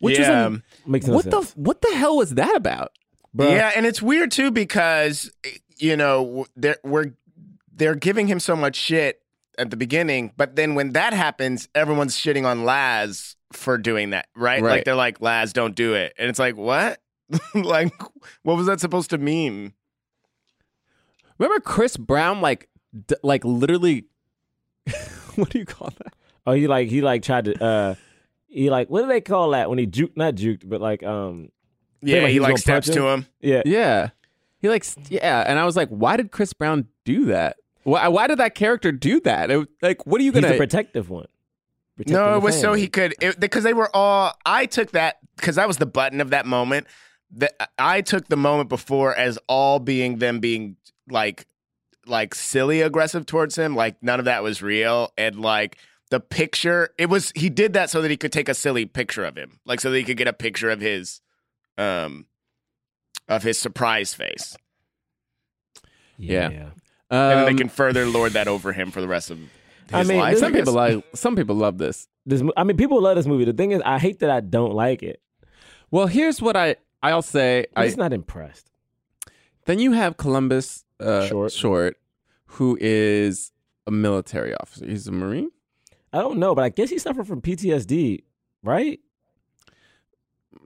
Speaker 3: Which
Speaker 4: Yeah.
Speaker 3: is
Speaker 2: Makes no
Speaker 3: what
Speaker 2: sense.
Speaker 3: the what the hell was that about?
Speaker 4: Yeah, and it's weird too because eh, you know w- they're we're they're giving him so much shit at the beginning, but then when that happens, everyone's shitting on Laz for doing that, right? Like
Speaker 3: Right.
Speaker 4: they're like, Laz, don't do it, and it's like, what? like, what was that supposed to mean?
Speaker 3: Remember Chris Brown like d- like literally what do you call that?
Speaker 2: Oh, he like he like tried to uh he like what do they call that when he juked not juked but like um
Speaker 4: Yeah,
Speaker 2: like
Speaker 4: he
Speaker 2: he's
Speaker 4: like
Speaker 2: gonna
Speaker 4: steps
Speaker 2: punch
Speaker 4: to him.
Speaker 2: yeah
Speaker 3: Yeah. He like s- yeah, and I was like why did Chris Brown do that? Why why did that character do that? It, like what are you
Speaker 2: he's
Speaker 3: going to
Speaker 2: the protective one.
Speaker 4: No,
Speaker 2: Protecting the
Speaker 4: it was so
Speaker 2: family.
Speaker 4: he could because they were all. I took that because that was the button of that moment. That I took the moment before as all being them being like like silly aggressive towards him. Like none of that was real, and like the picture, it was he did that so that he could take a silly picture of him, like so that he could get a picture of his, um, of his surprise face,
Speaker 3: Yeah. um,
Speaker 4: and then they can further lord that over him for the rest of his
Speaker 2: Um, I mean,
Speaker 4: life.
Speaker 2: this-
Speaker 4: I
Speaker 3: some
Speaker 4: guess.
Speaker 3: people like some people love this.
Speaker 2: This mo- I mean people love this movie. The thing is I hate that I don't like it.
Speaker 3: Well, here's what I I'll say.
Speaker 2: I'm
Speaker 3: I,
Speaker 2: just not impressed.
Speaker 3: Then you have Columbus uh,
Speaker 2: Short.
Speaker 3: Short. who is a military officer. He's a Marine.
Speaker 2: I don't know, but I guess he suffered from PTSD, right?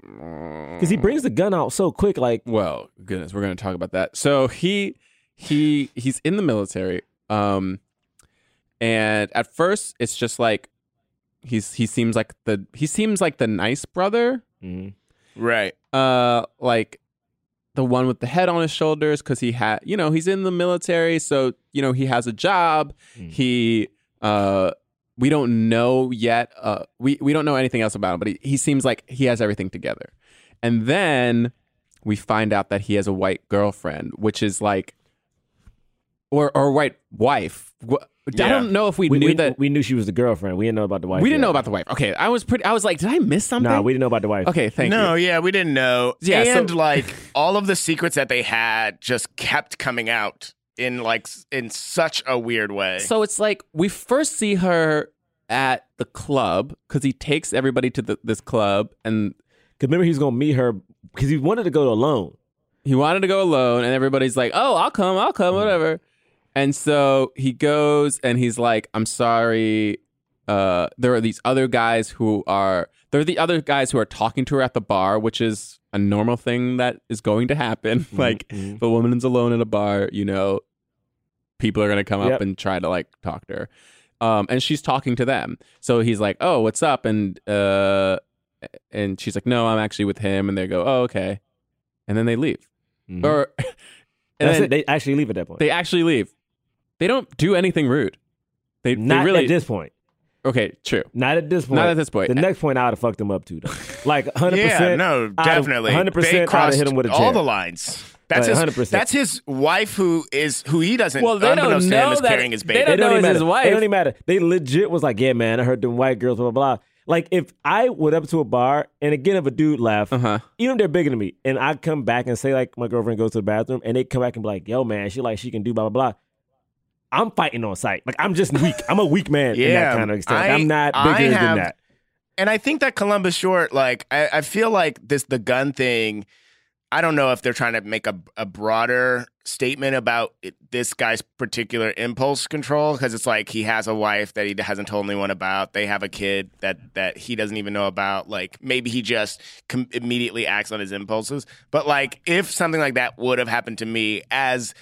Speaker 3: Mm.
Speaker 2: because he brings the gun out so quick. Like,
Speaker 3: well goodness we're going to talk about that so he he he's in the military um and at first it's just like he's he seems like the he seems like the nice brother
Speaker 4: Right.
Speaker 3: uh like the one with the head on his shoulders because he had you know he's in the military so you know he has a job
Speaker 2: Mm.
Speaker 3: he uh we don't know yet uh we we don't know anything else about him but he, he seems like he has everything together and then we find out that he has a white girlfriend which is like or or white wife Wh- i
Speaker 4: Yeah.
Speaker 3: don't know if we,
Speaker 2: we
Speaker 3: knew
Speaker 2: we,
Speaker 3: that we,
Speaker 2: we knew she was the girlfriend. We didn't know about the wife.
Speaker 3: didn't know about the wife okay i was pretty i was like did i miss something
Speaker 2: Nah, we didn't know about the wife.
Speaker 3: okay thank you
Speaker 4: no, yeah, we didn't know.
Speaker 3: Yeah, so-
Speaker 4: and like all of the secrets that they had just kept coming out in like s- in such a weird way.
Speaker 3: So it's like we first see her at the club because he takes everybody to the, this club and
Speaker 2: Because remember, he was gonna meet her because he wanted to go alone.
Speaker 3: he wanted to go alone and everybody's like, "Oh, I'll come, I'll come, whatever." And so he goes and he's like, "I'm sorry." Uh, there are these other guys who are there are the other guys who are talking to her at the bar, which is a normal thing that is going to happen.
Speaker 2: Mm-hmm.
Speaker 3: Like if a woman's alone at a bar, you know, people are gonna come up
Speaker 2: Yep.
Speaker 3: and try to like talk to her. Um, and she's talking to them. So he's like, "Oh, what's up?" And uh, and she's like, "No, I'm actually with him." And they go, "Oh, okay," and then they leave.
Speaker 2: Mhm.
Speaker 3: Or and
Speaker 2: That's
Speaker 3: then
Speaker 2: it. They actually leave at that point.
Speaker 3: they actually leave. They don't do anything rude. They, they
Speaker 2: Not
Speaker 3: really
Speaker 2: at this point.
Speaker 3: okay. True.
Speaker 2: Not at this point.
Speaker 3: Not at this point.
Speaker 2: The next point, I would have fucked him up too, though. Like 100%.
Speaker 4: yeah, no,
Speaker 2: I'd have-
Speaker 4: definitely.
Speaker 2: 100%
Speaker 4: They
Speaker 2: I'd have
Speaker 4: crossed
Speaker 2: hit him with a
Speaker 4: all
Speaker 2: chair.
Speaker 4: the lines. That's
Speaker 2: Like,
Speaker 4: his.
Speaker 2: 100%.
Speaker 4: That's his wife who is who he doesn't.
Speaker 3: Well, they don't
Speaker 4: unbeknownst to
Speaker 3: know
Speaker 4: him is
Speaker 3: that-
Speaker 4: carrying his
Speaker 3: they
Speaker 4: baby.
Speaker 3: don't
Speaker 2: It
Speaker 3: know
Speaker 2: don't
Speaker 3: it's
Speaker 2: even matter.
Speaker 3: his wife.
Speaker 2: It don't even matter. They legit was like, yeah, man, I heard them white girls, blah, blah, blah. Like, if I went up to a bar, and again, if a dude left,
Speaker 4: Uh-huh.
Speaker 3: Uh huh.
Speaker 2: even if they're bigger than me, and I come back and say, like, my girlfriend goes to the bathroom, and they come back and be like, yo, man, she like, she can do blah, blah, blah. I'm fighting on sight. Like, I'm just weak. I'm a weak man in
Speaker 4: Yeah,
Speaker 2: that kind of extent.
Speaker 4: I-
Speaker 2: I'm not
Speaker 4: I
Speaker 2: bigger
Speaker 4: have-
Speaker 2: than that.
Speaker 4: and I think that Columbus Short, like, I, I feel like this the gun thing. I don't know if they're trying to make a, a broader statement about it, this guy's particular impulse control because it's like he has a wife that he hasn't told anyone about. They have a kid that that he doesn't even know about. Like maybe he just com- immediately acts on his impulses. But like if something like that would have happened to me as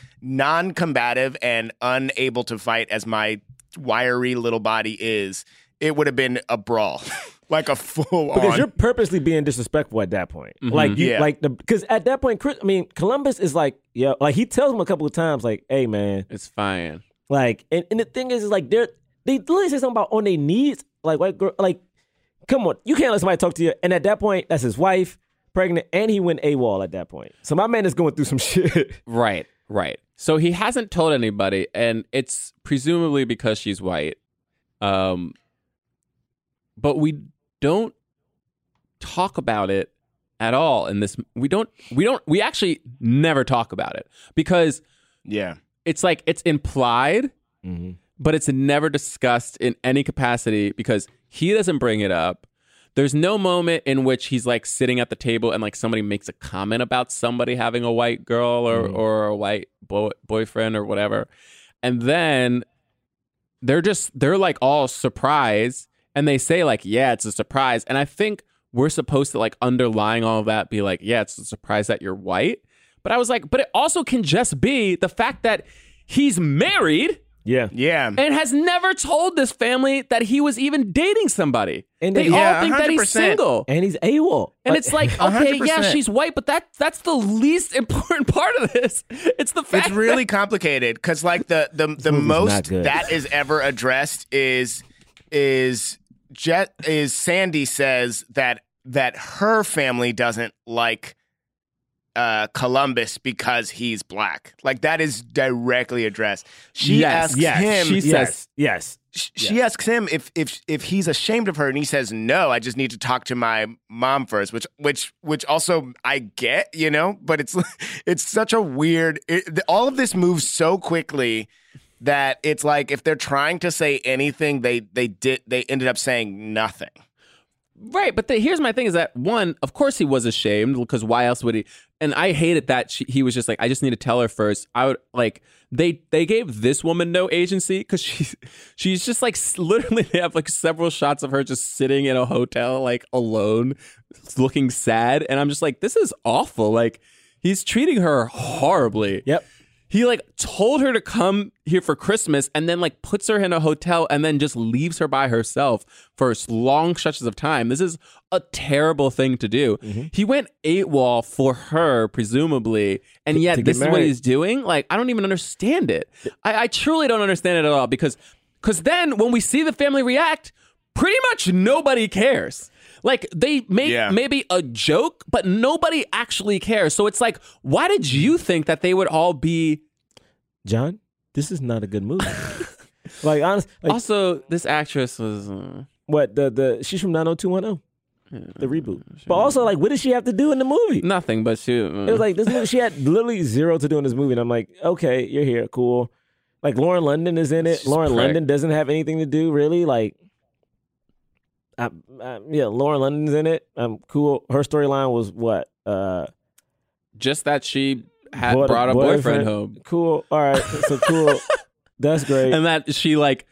Speaker 4: non-combative and unable to fight as my wiry little body is, it would have been a brawl, like a full
Speaker 2: because
Speaker 4: on. Mm-hmm.
Speaker 2: you're purposely being disrespectful at that point. Like you,
Speaker 4: Yeah.
Speaker 2: like the because at that point, Chris, I mean, Columbus is like, yeah, like he tells him a couple of times, like, hey man,
Speaker 3: It's fine.
Speaker 2: like, and, and the thing is, is like they're they literally say something about on their knees, like white girl, like, come on, you can't let somebody talk to you. And at that point, that's his wife, pregnant, and he went AWOL at that point. So my man is going through some shit.
Speaker 3: Right. Right. So he hasn't told anybody, and it's presumably because she's white. Um, but we don't talk about it at all in this. We don't. We don't. We actually never talk about it because
Speaker 4: yeah.
Speaker 3: it's like it's implied, but it's never discussed in any capacity because he doesn't bring it up. There's no moment in which he's like sitting at the table and like somebody makes a comment about somebody having a white girl or or a white boy, boyfriend or whatever. And then they're just they're like all surprised and they say like, "Yeah, it's a surprise." And I think we're supposed to like underlying all of that be like, "Yeah, it's a surprise that you're white." But I was like, "But it also can just be the fact that he's married."
Speaker 2: Yeah,
Speaker 4: Yeah.
Speaker 3: and has never told this family that he was even dating somebody.
Speaker 2: And
Speaker 3: they
Speaker 2: that-
Speaker 3: all
Speaker 4: Yeah,
Speaker 3: think that he's
Speaker 4: 100%.
Speaker 3: single.
Speaker 2: and he's AWOL,
Speaker 3: And it's like, okay, yeah,
Speaker 4: 100%.
Speaker 3: she's white, but that that's the least important part of this. It's the fact
Speaker 4: It's really complicated because like the the, the
Speaker 2: movie's not
Speaker 4: most
Speaker 2: good.
Speaker 4: that is ever addressed is is jet is Sandy says that that her family doesn't like uh Columbus because he's black. Like that is directly addressed. She
Speaker 3: Yes,
Speaker 4: asks
Speaker 2: yes,
Speaker 4: him
Speaker 3: she
Speaker 2: yes,
Speaker 3: says-
Speaker 2: yes,
Speaker 4: sh- she asks him if if if he's ashamed of her, and he says no. I just need to talk to my mom first, which which which also I get, you know. But it's it's such a weird. It, th- all of this moves so quickly that it's like if they're trying to say anything, they they did they ended up saying nothing.
Speaker 3: Right, but the, here's my thing: is that one, of course, he was ashamed because why else would he? And I hated that she, he was just like, I just need to tell her first. I would like they they gave this woman no agency because she's she's just like s- literally they have like several shots of her just sitting in a hotel like alone, looking sad, and I'm just like, this is awful. Like he's treating her horribly.
Speaker 2: Yep.
Speaker 3: He like told her to come here for Christmas and then like puts her in a hotel and then just leaves her by herself for s- long stretches of time. This is a terrible thing to do.
Speaker 2: Mm-hmm.
Speaker 3: He went eight wall for her, presumably, and
Speaker 2: to
Speaker 3: yet
Speaker 2: get
Speaker 3: this is what
Speaker 2: married.
Speaker 3: he's doing. Like, I don't even understand it. I, I truly don't understand it at all because because then when we see the family react, pretty much nobody cares. Like they make
Speaker 4: Yeah.
Speaker 3: maybe a joke, but nobody actually cares. So it's like, why did you think that they would all be
Speaker 2: John, this is not a good movie. like honest, like
Speaker 3: also, this actress was. Uh,
Speaker 2: what the the she's from 90210, the reboot. But also like, what did she have to do in the movie?
Speaker 3: nothing but she. uh,
Speaker 2: It was like this movie. She had literally zero to do in this movie, and I'm like, okay, you're here, cool. Like Lauren London is in it.
Speaker 3: She's
Speaker 2: Lauren
Speaker 3: prick.
Speaker 2: London doesn't have anything to do really. Like, I, I, yeah, Lauren London's in it. I'm cool. Her storyline was what? Uh,
Speaker 3: just that she had
Speaker 2: bought
Speaker 3: brought a boyfriend, home,
Speaker 2: Cool. All right. So cool. That's great.
Speaker 3: and that she like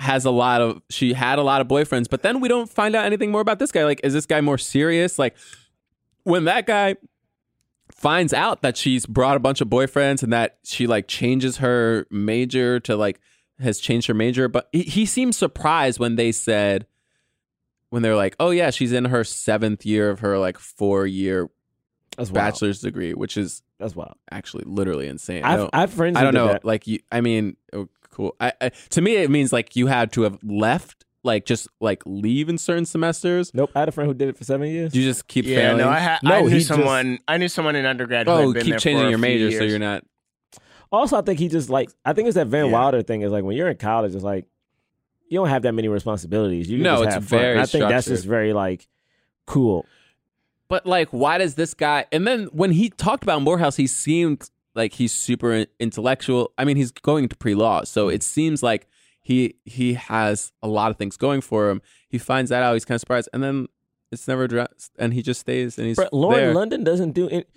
Speaker 3: has a lot of she had a lot of boyfriends. But then we don't find out anything more about this guy. Like, is this guy more serious? Like, when that guy finds out that she's brought a bunch of boyfriends and that she like changes her major to like has changed her major, but he, he seems surprised when they said when they're like, oh yeah, she's in her seventh year of her like four year
Speaker 2: That's wild.
Speaker 3: bachelor's degree, which is
Speaker 2: That's wild.
Speaker 3: actually literally insane. I
Speaker 2: I've,
Speaker 3: don't,
Speaker 2: I've friends.
Speaker 3: I
Speaker 2: who
Speaker 3: don't
Speaker 2: did
Speaker 3: know.
Speaker 2: that.
Speaker 3: Like you, I mean, oh, cool. I, I to me it means like you had to have left, like just like leave in certain semesters.
Speaker 2: Nope. I had a friend who did it for seven years.
Speaker 3: You just keep
Speaker 4: yeah,
Speaker 3: failing.
Speaker 4: no, I, ha-
Speaker 2: No,
Speaker 4: I
Speaker 2: he
Speaker 4: knew
Speaker 2: just-
Speaker 4: someone. I knew someone in undergrad. Who
Speaker 3: oh,
Speaker 4: had been
Speaker 3: keep
Speaker 4: there
Speaker 3: changing
Speaker 4: for a
Speaker 3: your
Speaker 4: few
Speaker 3: major so
Speaker 4: years.
Speaker 3: you're not.
Speaker 2: Also, I think he just like I think it's that Van
Speaker 4: Yeah.
Speaker 2: Wilder thing. Is like when you're in college, it's like you don't have that many responsibilities. You can
Speaker 3: No,
Speaker 2: just
Speaker 3: it's
Speaker 2: have fun.
Speaker 3: very
Speaker 2: I think that's just
Speaker 3: structured.
Speaker 2: very like cool.
Speaker 3: But like, why does this guy? And then when he talked about Morehouse, he seemed like he's super in- intellectual. I mean, he's going to pre-law, so it seems like he he has a lot of things going for him. He finds that out. He's kind of surprised, and then it's never addressed, and he just stays and he's
Speaker 2: But Lauren
Speaker 3: there.
Speaker 2: London doesn't do it.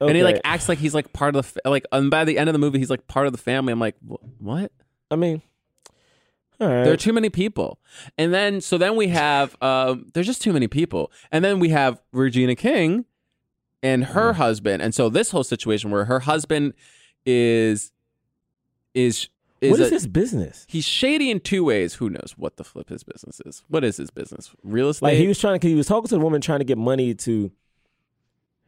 Speaker 3: And he like acts like he's like part of the fa- like. And by the end of the movie, he's like part of the family. I'm like, "Wh- what?
Speaker 2: I mean, all right.
Speaker 3: There are too many people. And then so then we have um, there's just too many people. And then we have Regina King and her
Speaker 2: Mm.
Speaker 3: husband. And so this whole situation where her husband is is is,
Speaker 2: what is
Speaker 3: a-
Speaker 2: this business?
Speaker 3: he's shady in two ways. Who knows what the flip his business is? What is his business? Real estate.
Speaker 2: Like he was trying to, he was talking to the woman trying to get money to.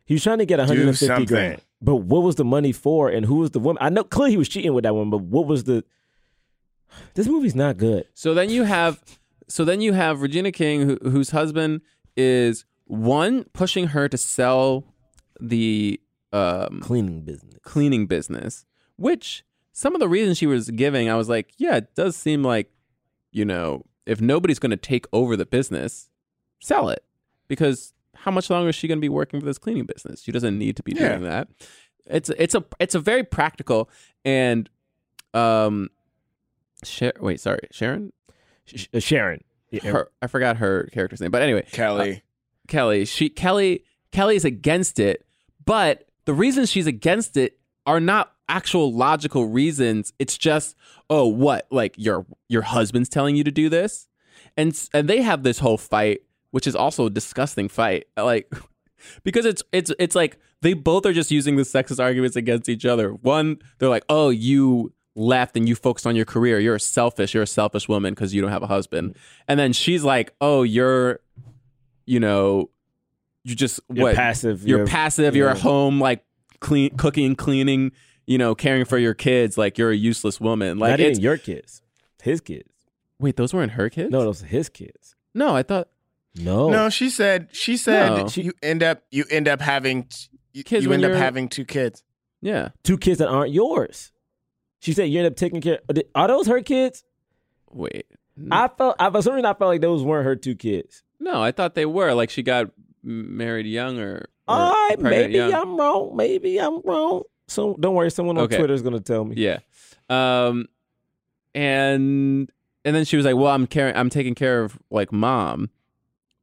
Speaker 2: He was trying to get 150
Speaker 4: something.
Speaker 2: grand. But what was the money for, and who was the woman? I know clearly he was cheating with that woman, but what was the? This movie's not good.
Speaker 3: So then you have, so then you have Regina King, who, whose husband is one pushing her to sell the um,
Speaker 2: Cleaning business.
Speaker 3: cleaning business, which some of the reasons she was giving, I was like, yeah, it does seem like, you know, if nobody's going to take over the business, sell it because how much longer is she going to be working for this cleaning business? She doesn't need to be
Speaker 4: Yeah.
Speaker 3: doing that. It's it's a it's a very practical and um, Sher- wait, sorry, Sharon,
Speaker 2: Sh- uh, Sharon. Yeah,
Speaker 3: her, I forgot her character's name, but anyway,
Speaker 4: Kelly.
Speaker 3: Kelly. She Kelly Kelly's against it, but the reasons she's against it are not actual logical reasons. It's just, oh, what? Like your your husband's telling you to do this, and s- and they have this whole fight, which is also a disgusting fight. Like because it's it's it's like they both are just using the sexist arguments against each other. One, they're like, "Oh, you left and you focused on your career. You're selfish. You're a selfish woman because you don't have a husband." And then she's like, "Oh, you're, you know, you just
Speaker 2: You're
Speaker 3: what?
Speaker 2: passive.
Speaker 3: You're, passive. You're at
Speaker 2: yeah.
Speaker 3: home, like clean, cooking, cleaning. You know, caring for your kids. Like you're a useless woman. Like
Speaker 2: not
Speaker 3: it's
Speaker 2: even your kids, his kids.
Speaker 3: wait, those weren't her kids.
Speaker 2: No, those are his kids.
Speaker 3: no, I thought
Speaker 2: No,
Speaker 4: No, she said. She said
Speaker 3: Oh. No.
Speaker 4: you end up. You end up having. t- You,
Speaker 3: Kids
Speaker 4: you
Speaker 3: when
Speaker 4: end up
Speaker 3: you're-
Speaker 4: having two kids.
Speaker 3: yeah.
Speaker 2: two kids that aren't yours. She said you end up taking care. Are those her kids?
Speaker 3: Wait,
Speaker 2: I felt I for some reason I felt like those weren't her two kids.
Speaker 3: no, I thought they were. Like she got m- married young or, or
Speaker 2: All right,
Speaker 3: pregnant
Speaker 2: maybe
Speaker 3: young.
Speaker 2: I'm wrong. Maybe I'm wrong. So don't worry, someone on
Speaker 3: Okay.
Speaker 2: Twitter is gonna tell me.
Speaker 3: Yeah. Um and and then she was like, "Well, I'm caring I'm taking care of like mom."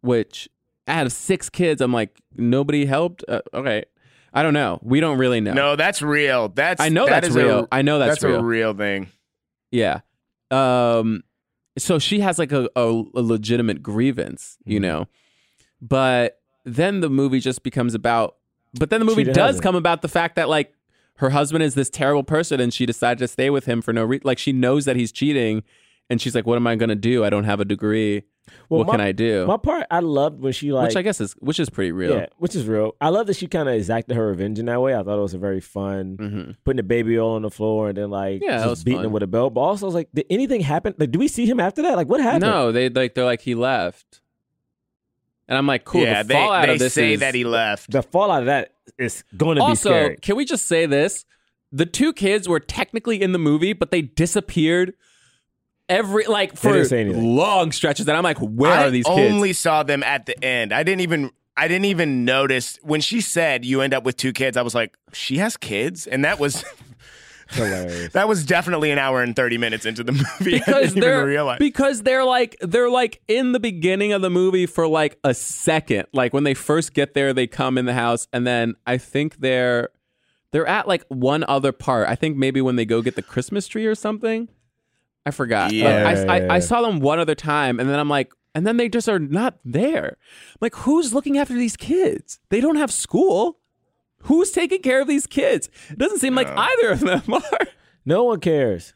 Speaker 3: which out of six kids, I'm like, nobody helped? Uh, okay. I don't know. We don't really know.
Speaker 4: No, that's real. That's
Speaker 3: I know
Speaker 4: that
Speaker 3: that's
Speaker 4: is a-
Speaker 3: real. I know that's
Speaker 4: a
Speaker 3: real.
Speaker 4: real thing.
Speaker 3: Yeah. Um so she has like a, a, a legitimate grievance,
Speaker 2: Mm-hmm.
Speaker 3: you know. But then the movie just becomes about but then the movie
Speaker 2: She
Speaker 3: does
Speaker 2: doesn't.
Speaker 3: come about the fact that like her husband is this terrible person and she decided to stay with him for no reason. Like she knows that he's cheating and she's like, What am I gonna do? I don't have a degree.
Speaker 2: Well,
Speaker 3: what
Speaker 2: my-
Speaker 3: can I do?
Speaker 2: My part, I loved when she like,
Speaker 3: which I guess is which is pretty real.
Speaker 2: yeah, which is real. I love that she kind of exacted her revenge in that way. I thought it was a very fun
Speaker 3: hmm
Speaker 2: putting the baby all on the floor and then like
Speaker 3: Yeah, that was
Speaker 2: just beating
Speaker 3: fun.
Speaker 2: him with a belt. But also, I was like, did anything happen? Like, do we see him after that? Like, what happened?
Speaker 3: No, they like they're like he left. And I'm like, cool.
Speaker 4: yeah,
Speaker 3: the
Speaker 4: they,
Speaker 3: fallout
Speaker 4: they
Speaker 3: of this
Speaker 4: say
Speaker 3: is,
Speaker 4: that he left.
Speaker 2: the fallout of that is going to be
Speaker 3: also,
Speaker 2: scary.
Speaker 3: can we just say this? The two kids were technically in the movie, but they disappeared every like for
Speaker 2: didn't say anything.
Speaker 3: long stretches. And I'm like, where
Speaker 4: I
Speaker 3: are these kids?
Speaker 4: only saw them at the end. I didn't even I didn't even notice when she said you end up with two kids. I was like, she has kids, and that was
Speaker 2: Hilarious.
Speaker 4: that was definitely an hour and thirty minutes into the movie. I
Speaker 3: because
Speaker 4: didn't even
Speaker 3: they're
Speaker 4: realize.
Speaker 3: because they're like they're like in the beginning of the movie for like a second. Like when they first get there, they come in the house, and then I think they're they're at like one other part. I think maybe when they go get the Christmas tree or something. I forgot. Like,
Speaker 4: Yeah.
Speaker 3: I, I, I saw them one other time, and then I'm like, and then they just are not there. Like, who's looking after these kids? They don't have school. Who's taking care of these kids? It doesn't seem like either of them are.
Speaker 2: no one cares.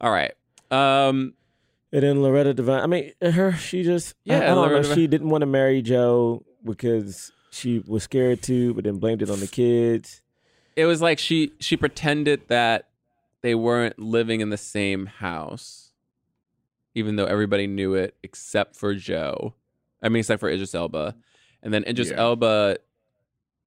Speaker 3: All right. Um,
Speaker 2: And then Loretta Devine. I mean, her. She just. I-
Speaker 3: Yeah,
Speaker 2: I, don't
Speaker 3: Loretta
Speaker 2: know.
Speaker 3: Devine.
Speaker 2: She didn't want to marry Joe because she was scared to, but then blamed it on the kids.
Speaker 3: it was like she she pretended that they weren't living in the same house even though everybody knew it except for joe i mean except for idris elba and then idris
Speaker 4: Yeah.
Speaker 3: elba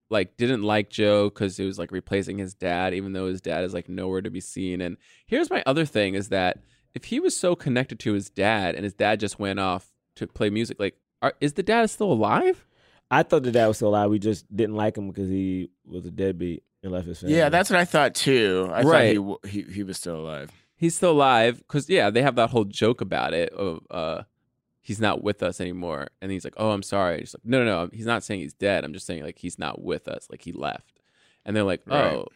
Speaker 3: like didn't like joe because it was like replacing his dad even though his dad is like nowhere to be seen and here's my other thing is that if he was so connected to his dad and his dad just went off to play music like are, is the dad still alive
Speaker 2: I thought that that was so loud. We just didn't like him because he was a deadbeat and left his family.
Speaker 4: yeah, that's what I thought too. I
Speaker 3: Right.
Speaker 4: thought he, w- he he was still alive.
Speaker 3: he's still alive because yeah they have that whole joke about it of uh he's not with us anymore and he's like oh i'm sorry He's like, no no no he's not saying he's dead i'm just saying like he's not with us like he left and they're like
Speaker 4: Right.
Speaker 3: oh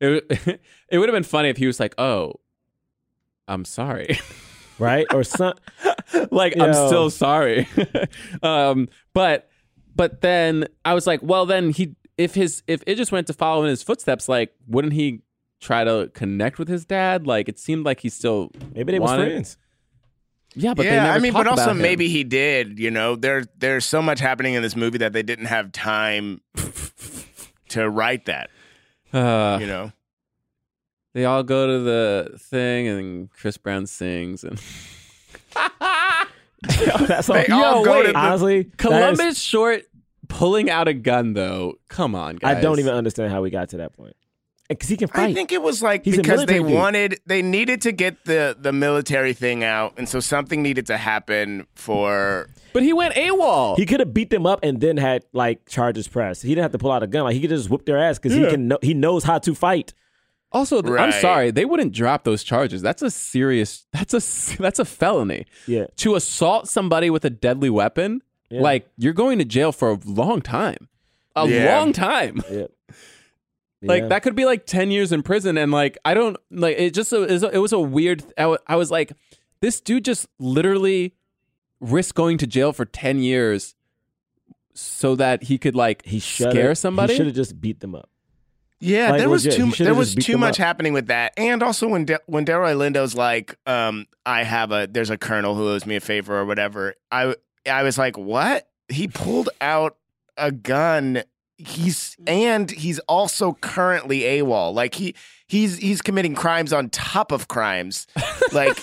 Speaker 3: it, w- it would have been funny if he was like oh i'm sorry
Speaker 2: right or some.
Speaker 3: like i'm
Speaker 2: Yo.
Speaker 3: still sorry um but but then i was like well then he if his if it just went to follow in his footsteps like wouldn't he try to connect with his dad like it seemed like he still
Speaker 2: Maybe they were
Speaker 3: wanted-
Speaker 2: friends.
Speaker 3: yeah, but they
Speaker 4: yeah,
Speaker 3: never
Speaker 4: I mean,
Speaker 3: talk
Speaker 4: but also
Speaker 3: about him.
Speaker 4: maybe he did. You know, there there's so much happening in this movie that they didn't have time to write that.
Speaker 3: Uh,
Speaker 4: You know,
Speaker 3: they all go to the thing, and Chris Brown sings, and
Speaker 2: that's all.
Speaker 4: They
Speaker 3: go
Speaker 4: all
Speaker 3: to
Speaker 2: Oh, wait,
Speaker 3: the-
Speaker 2: honestly, that is-
Speaker 3: Columbus Short pulling out a gun though. Come on, guys.
Speaker 2: I don't even understand how we got to that point. Because he can fight.
Speaker 4: I think it was like
Speaker 2: He's a
Speaker 4: because they
Speaker 2: military dude.
Speaker 4: wanted they needed to get the the military thing out, and so something needed to happen for
Speaker 3: But he went AWOL.
Speaker 2: He could have beat them up and then had like charges pressed. He didn't have to pull out a gun. Like he could have just whip their ass because he can. Know, he knows how to fight.
Speaker 3: also, th- I'm
Speaker 4: Right.
Speaker 3: sorry, they wouldn't drop those charges. That's a serious. That's a s- that's a felony.
Speaker 2: Yeah.
Speaker 3: To assault somebody with a deadly weapon,
Speaker 2: Yeah.
Speaker 3: like you're going to jail for a long time. A
Speaker 4: Yeah.
Speaker 3: long time.
Speaker 2: Yeah.
Speaker 3: Like
Speaker 2: Yeah.
Speaker 3: that could be like 10 years in prison and like I don't like it just it was a, it was a weird I wa- I was like this dude just literally risked going to jail for 10 years so that he could like
Speaker 2: He should
Speaker 3: scare somebody.
Speaker 2: He should have just beat them up.
Speaker 4: Yeah,
Speaker 2: Like,
Speaker 4: there was
Speaker 2: legit,
Speaker 4: too
Speaker 2: he
Speaker 4: mu-
Speaker 2: should've
Speaker 4: there
Speaker 2: just
Speaker 4: was
Speaker 2: beat
Speaker 4: too
Speaker 2: them
Speaker 4: much
Speaker 2: up.
Speaker 4: happening with that, and also when De- when Delroy Lindo's like, um, I have a there's a colonel who owes me a favor or whatever. I I was like, what? He pulled out a gun. He's and he's also currently AWOL. Like he he's he's committing crimes on top of crimes. Like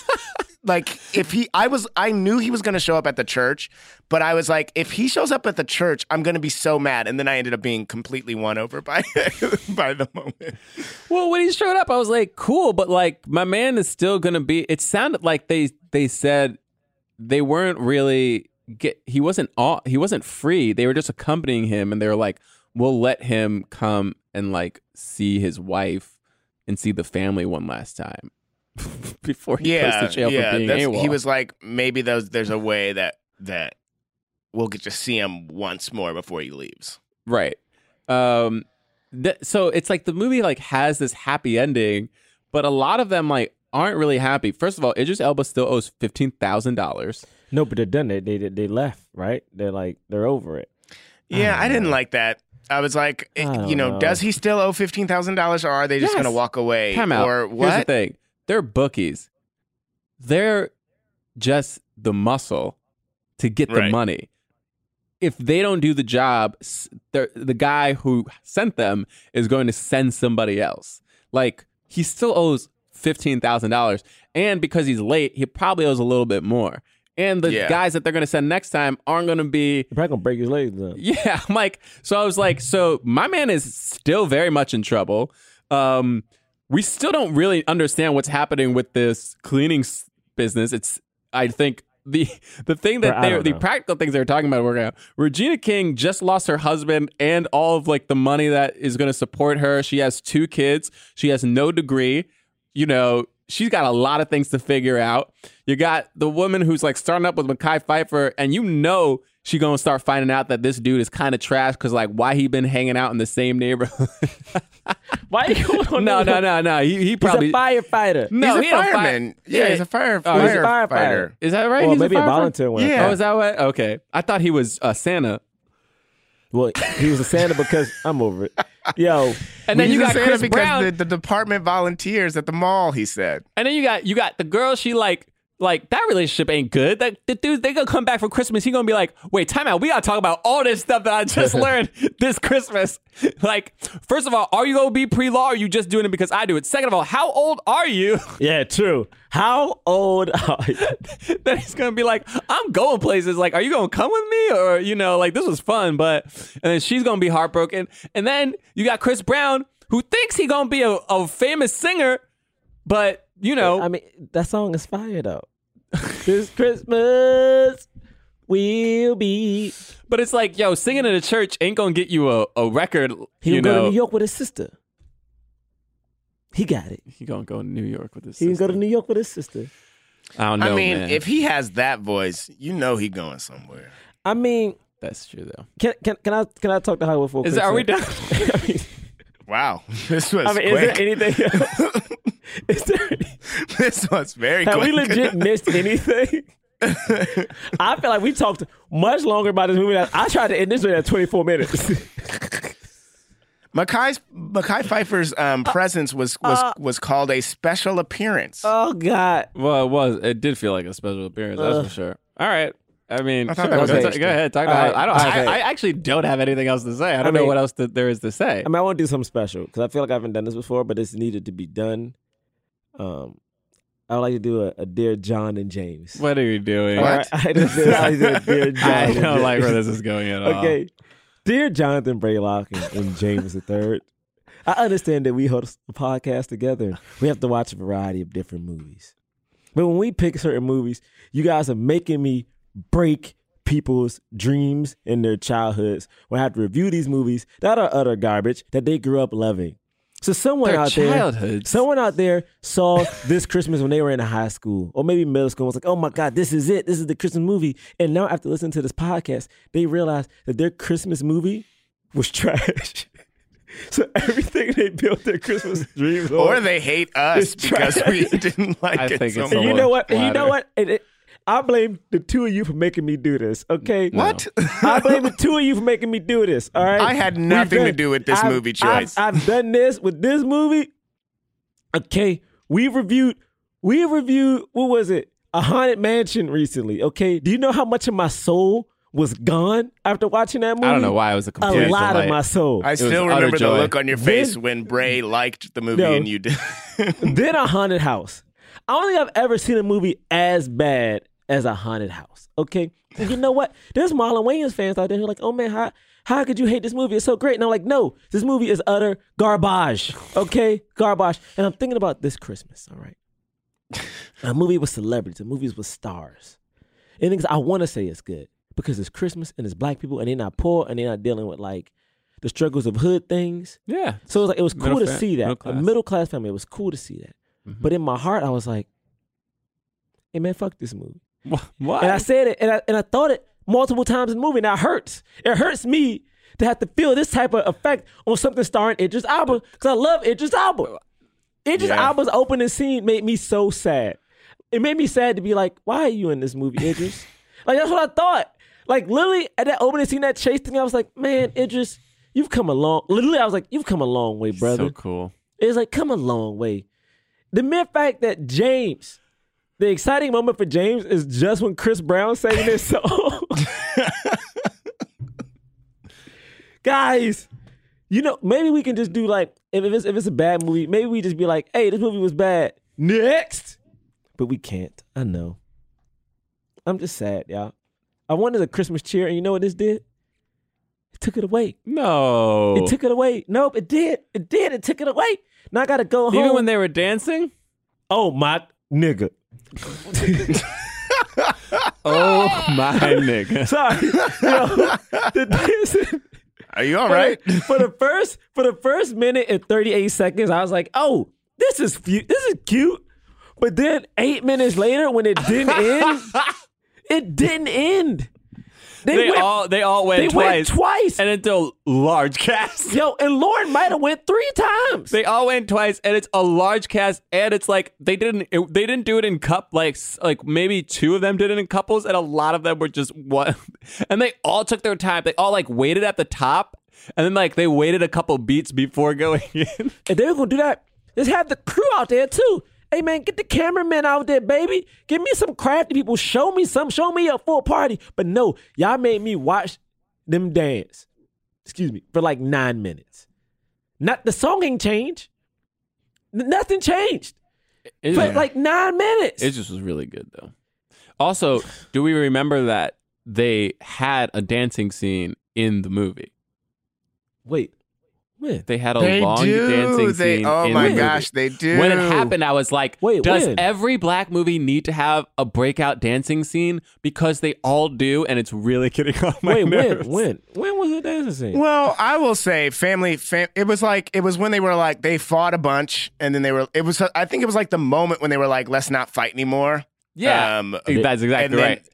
Speaker 4: like if he I was I knew he was going to show up at the church, but I was like if he shows up at the church, I'm going to be so mad and then I ended up being completely won over by by the moment.
Speaker 3: Well, when he showed up, I was like, cool, but like my man is still gonna be. It sounded like they they said they weren't really get. He wasn't all. He wasn't free. They were just accompanying him, and they were like, we'll let him come and like see his wife and see the family one last time before he goes to jail for being
Speaker 4: that's-
Speaker 3: AWOL.
Speaker 4: He was like maybe those there's a way that that we'll get to see him once more before he leaves.
Speaker 3: Right. Um th- so it's like the movie like has this happy ending, but a lot of them like aren't really happy. First of all, Idris Elba still owes fifteen thousand dollars.
Speaker 2: No, but they're done. They they they left, right? They're like they're over it.
Speaker 4: Yeah,
Speaker 3: Ah.
Speaker 2: don't
Speaker 4: I didn't
Speaker 2: know.
Speaker 4: like that. I was like,
Speaker 2: I
Speaker 4: eh,
Speaker 2: don't
Speaker 4: you know,
Speaker 2: know.
Speaker 4: does he still owe fifteen thousand dollars, or are they just
Speaker 3: Yes.
Speaker 4: going to walk away?
Speaker 3: Time out.
Speaker 4: Or
Speaker 3: Here's the
Speaker 4: what?
Speaker 3: thing. They're bookies. They're just the muscle to get the
Speaker 4: Right.
Speaker 3: money. If they don't do the job, s- they're- the guy who sent them is going to send somebody else. Like he still owes fifteen thousand dollars, and because he's late, he probably owes a little bit more. And the
Speaker 4: Yeah.
Speaker 3: guys that they're going to send next time aren't going to be
Speaker 2: They're probably gonna break his legs. Up.
Speaker 3: yeah, I'm like, so I was like, so my man is still very much in trouble. Um, we still don't really understand what's happening with this cleaning s- business. It's, I think the the thing
Speaker 2: Bro,
Speaker 3: that
Speaker 2: I
Speaker 3: they
Speaker 2: don't
Speaker 3: the
Speaker 2: know.
Speaker 3: practical things they were talking about were uh, Regina King just lost her husband and all of like the money that is going to support her. She has two kids. She has no degree. You know, she's got a lot of things to figure out. You got the woman who's like starting up with Makai Pfeiffer, and you know she gonna start finding out that this dude is kind of trash because like why he been hanging out in the same neighborhood?
Speaker 2: Why? you going on
Speaker 3: no,
Speaker 2: that?
Speaker 3: no, no, no. He, he
Speaker 2: Oh, He's
Speaker 3: probably
Speaker 2: a firefighter.
Speaker 3: no.
Speaker 4: he's
Speaker 3: he
Speaker 4: a
Speaker 3: ain't fire-
Speaker 4: fireman. yeah, he's a fire,
Speaker 3: Oh, he's a
Speaker 4: firefighter.
Speaker 2: firefighter.
Speaker 3: Is that right?
Speaker 2: Well,
Speaker 3: He's
Speaker 2: maybe a,
Speaker 3: firefighter?
Speaker 2: volunteer one.
Speaker 4: Yeah.
Speaker 3: Oh, is that what? Okay, I thought he was uh, Santa.
Speaker 2: Well, he was a Santa because I'm over it. Yo,
Speaker 3: And then
Speaker 4: He's
Speaker 3: you
Speaker 4: a
Speaker 3: got
Speaker 4: Santa
Speaker 3: Chris
Speaker 4: because
Speaker 3: Brown.
Speaker 4: The, the department volunteers at the mall. He said,
Speaker 3: And then you got you got the girl. She like like that relationship ain't good. Like the dude, they gonna come back for Christmas. He gonna be like, wait, time out. We gotta talk about all this stuff that I just learned this Christmas. Like, first of all, are you gonna be pre law? Are you just doing it because I do it? Second of all, how old are you?
Speaker 2: yeah, true. How old? Are you?
Speaker 3: then he's gonna be like, I'm going places. Like, are you gonna come with me? Or, you know, like this was fun, but and then she's gonna be heartbroken. And then you got Chris Brown, who thinks he gonna be a, a famous singer, but you know,
Speaker 2: I mean, that song is fire though. this Christmas will be.
Speaker 3: but it's like, yo, singing in a church ain't gonna get you a, a record.
Speaker 2: He
Speaker 3: you
Speaker 2: will go
Speaker 3: know,
Speaker 2: to New York with his sister. He got it.
Speaker 3: He gonna go to New York with this.
Speaker 2: He can go to New York with his sister.
Speaker 3: I don't know.
Speaker 4: "I mean,
Speaker 3: man.
Speaker 4: if he has that voice, you know he going somewhere."
Speaker 2: I mean,
Speaker 3: that's true though,
Speaker 2: can can can I can I talk to Hollywood for? a
Speaker 3: is
Speaker 2: quick
Speaker 3: are we
Speaker 2: sec?
Speaker 3: done?
Speaker 2: I mean,
Speaker 4: Wow, this was
Speaker 2: I mean, is
Speaker 4: quick.
Speaker 2: there anything? Else? is there? Any,
Speaker 4: this was very
Speaker 2: have
Speaker 4: quick.
Speaker 2: we legit missed anything? I feel like we talked much longer about this movie. than- I tried to end this movie at 24 minutes.
Speaker 4: Makai's Mackay Pfeiffer's um, presence was was was called a special appearance.
Speaker 2: oh God!
Speaker 3: well, it was. It did feel like a special appearance. That's for sure. All right. I mean,
Speaker 4: I thought that was
Speaker 3: go,
Speaker 4: interesting.
Speaker 3: go ahead. Talk about.
Speaker 2: right.
Speaker 3: I don't.
Speaker 2: Okay.
Speaker 3: I, I actually don't have anything else to say. I don't know
Speaker 2: mean-
Speaker 3: what else that there is to say.
Speaker 2: I mean, I want to do something special because I feel like I haven't done this before, but it's needed to be done. Um, I would like to do a, a dear John and James.
Speaker 3: what are you doing?
Speaker 4: What?
Speaker 2: All right, I just did, I did a dear John.
Speaker 3: I
Speaker 2: and
Speaker 3: don't like uh,
Speaker 2: James.
Speaker 3: where this is going at all.
Speaker 2: Okay. Dear Jonathan Braylock and, and James III, I understand that we host a podcast together. and We have to watch a variety of different movies. But when we pick certain movies, you guys are making me break people's dreams and their childhoods when I have to review these movies that are utter garbage that they grew up loving. So someone
Speaker 3: Their
Speaker 2: out there,
Speaker 3: childhoods.
Speaker 2: someone out there saw this Christmas when they were in high school or maybe middle school and was like, "Oh my God, this is it! This is the Christmas movie." And now after listening to this podcast, they realize that their Christmas movie was trash. so everything they built their Christmas dreams on,
Speaker 4: or they hate us
Speaker 2: It's
Speaker 4: because
Speaker 2: trash.
Speaker 4: we didn't like
Speaker 3: I
Speaker 4: it
Speaker 3: think
Speaker 4: so
Speaker 3: it's a
Speaker 4: much.
Speaker 2: and you
Speaker 3: lot.
Speaker 2: know what? And you know
Speaker 3: Flatter.
Speaker 2: what? And it, I blame the two of you for making me do this. Okay,
Speaker 4: What?
Speaker 2: I blame the two of you for making me do this. All right.
Speaker 4: I had
Speaker 2: We've
Speaker 4: nothing to
Speaker 2: done-
Speaker 4: do with this
Speaker 2: I've-
Speaker 4: movie
Speaker 2: I've-
Speaker 4: choice.
Speaker 2: I've, done this with this movie. Okay. We reviewed. We reviewed. What was it? A haunted mansion recently. Okay. Do you know how much of my soul was gone after watching that movie?
Speaker 3: I don't know why I was a
Speaker 2: A
Speaker 3: complete
Speaker 2: lot
Speaker 3: delight.
Speaker 2: of my soul.
Speaker 4: I still
Speaker 3: utter
Speaker 4: remember the
Speaker 3: joy.
Speaker 4: look on your face
Speaker 2: Then-
Speaker 4: when Bray liked the movie
Speaker 2: No.
Speaker 4: and you did.
Speaker 2: then a haunted house. I don't think I've ever seen a movie as bad as a haunted house. Okay, and you know what? There's Marlon Wayans fans out there who are like, "Oh man, how how could you hate this movie? It's so great." And I'm like, "No, this movie is utter garbage." Okay, garbage. And I'm thinking about this Christmas. All right, a movie with celebrities, a movie with stars, and things I want to say is good because it's Christmas and it's black people and they're not poor and they're not dealing with like the struggles of hood things.
Speaker 3: Yeah.
Speaker 2: So it was like it was cool
Speaker 3: Middle
Speaker 2: to
Speaker 3: fa-
Speaker 2: see that
Speaker 3: middle
Speaker 2: a
Speaker 3: class. Mm-hmm.
Speaker 2: middle class family. It was cool to see that. But in my heart, I was like, "Hey man, fuck this movie."
Speaker 3: Wha- What?
Speaker 2: And I said it, and I and I thought it multiple times in the movie. Now it hurts. It hurts me to have to feel this type of effect on something starring Idris Elba because I love Idris Elba. Idris
Speaker 4: Yeah.
Speaker 2: Elba's opening scene made me so sad. It made me sad to be like, why are you in this movie, Idris? like that's what I thought. Like literally at that opening scene, that chase thing, I was like, man, Idris, you've come a long. Literally, I was like, you've come a long way, brother.
Speaker 3: So cool.
Speaker 2: It's like come a long way. The mere fact that James, the exciting moment for James is just when Chris Brown sang this song. Guys, you know, maybe we can just do like if if it's if it's a bad movie, maybe we just be like, hey, this movie was bad. Next. But we can't. I know. I'm just sad, y'all. I wanted a Christmas cheer, and you know what this did? It took it away.
Speaker 3: No.
Speaker 2: It took it away. Nope, it did. It did. It took it away. Now I gotta go home.
Speaker 3: Even when they were dancing?
Speaker 2: oh my nigga.
Speaker 3: Oh my nigga.
Speaker 2: Sorry, Yo, the dancing-
Speaker 4: Are you all
Speaker 2: for the-
Speaker 4: right?
Speaker 2: for the first for the first minute and thirty eight seconds, I was like, oh, this is fu- this is cute. But then eight minutes later, when it didn't end, it didn't end. They,
Speaker 3: They
Speaker 2: went,
Speaker 3: all they all went
Speaker 2: they
Speaker 3: twice.
Speaker 2: went twice.
Speaker 3: and until large cast.
Speaker 2: Yo, and Lauren might have went three times.
Speaker 3: They all went twice, and it's a large cast, and it's like they didn't it, they didn't do it in cup like s- like maybe two of them did it in couples, and a lot of them were just one, and they all took their time. They all like waited at the top, and then like they waited a couple beats before going in.
Speaker 2: If they were gonna do that, just have the crew out there too. Hey man, get the cameraman out there, baby. Give me some crafty people. Show me some. Show me a full party. But no, y'all made me watch them dance. Excuse me for like nine minutes. Not the song ain't changed. N- nothing changed.
Speaker 3: It,
Speaker 2: But like nine minutes.
Speaker 3: just was really good though. Also, do we remember that they had a dancing scene in the movie?
Speaker 2: Wait, when?
Speaker 3: They had a
Speaker 4: They
Speaker 3: long
Speaker 4: do.
Speaker 3: dancing
Speaker 4: They-
Speaker 3: scene.
Speaker 4: oh
Speaker 3: in
Speaker 4: my
Speaker 3: the movie.
Speaker 4: gosh, they do.
Speaker 3: When it happened, I was like,
Speaker 2: Wait,
Speaker 3: does
Speaker 2: when?
Speaker 3: every black movie need to have a breakout dancing scene? Because they all do, and it's really getting on my
Speaker 2: Wait,
Speaker 3: nerves.
Speaker 2: when? When? When was the dancing scene?
Speaker 4: Well, I will say, family. Fam- it was like it was when they were like they fought a bunch, and then they were. It was. I think it was like the moment when they were like, "Let's not fight anymore."
Speaker 3: Yeah.
Speaker 4: Um,
Speaker 3: That's
Speaker 4: and
Speaker 3: exactly
Speaker 4: then-
Speaker 3: right.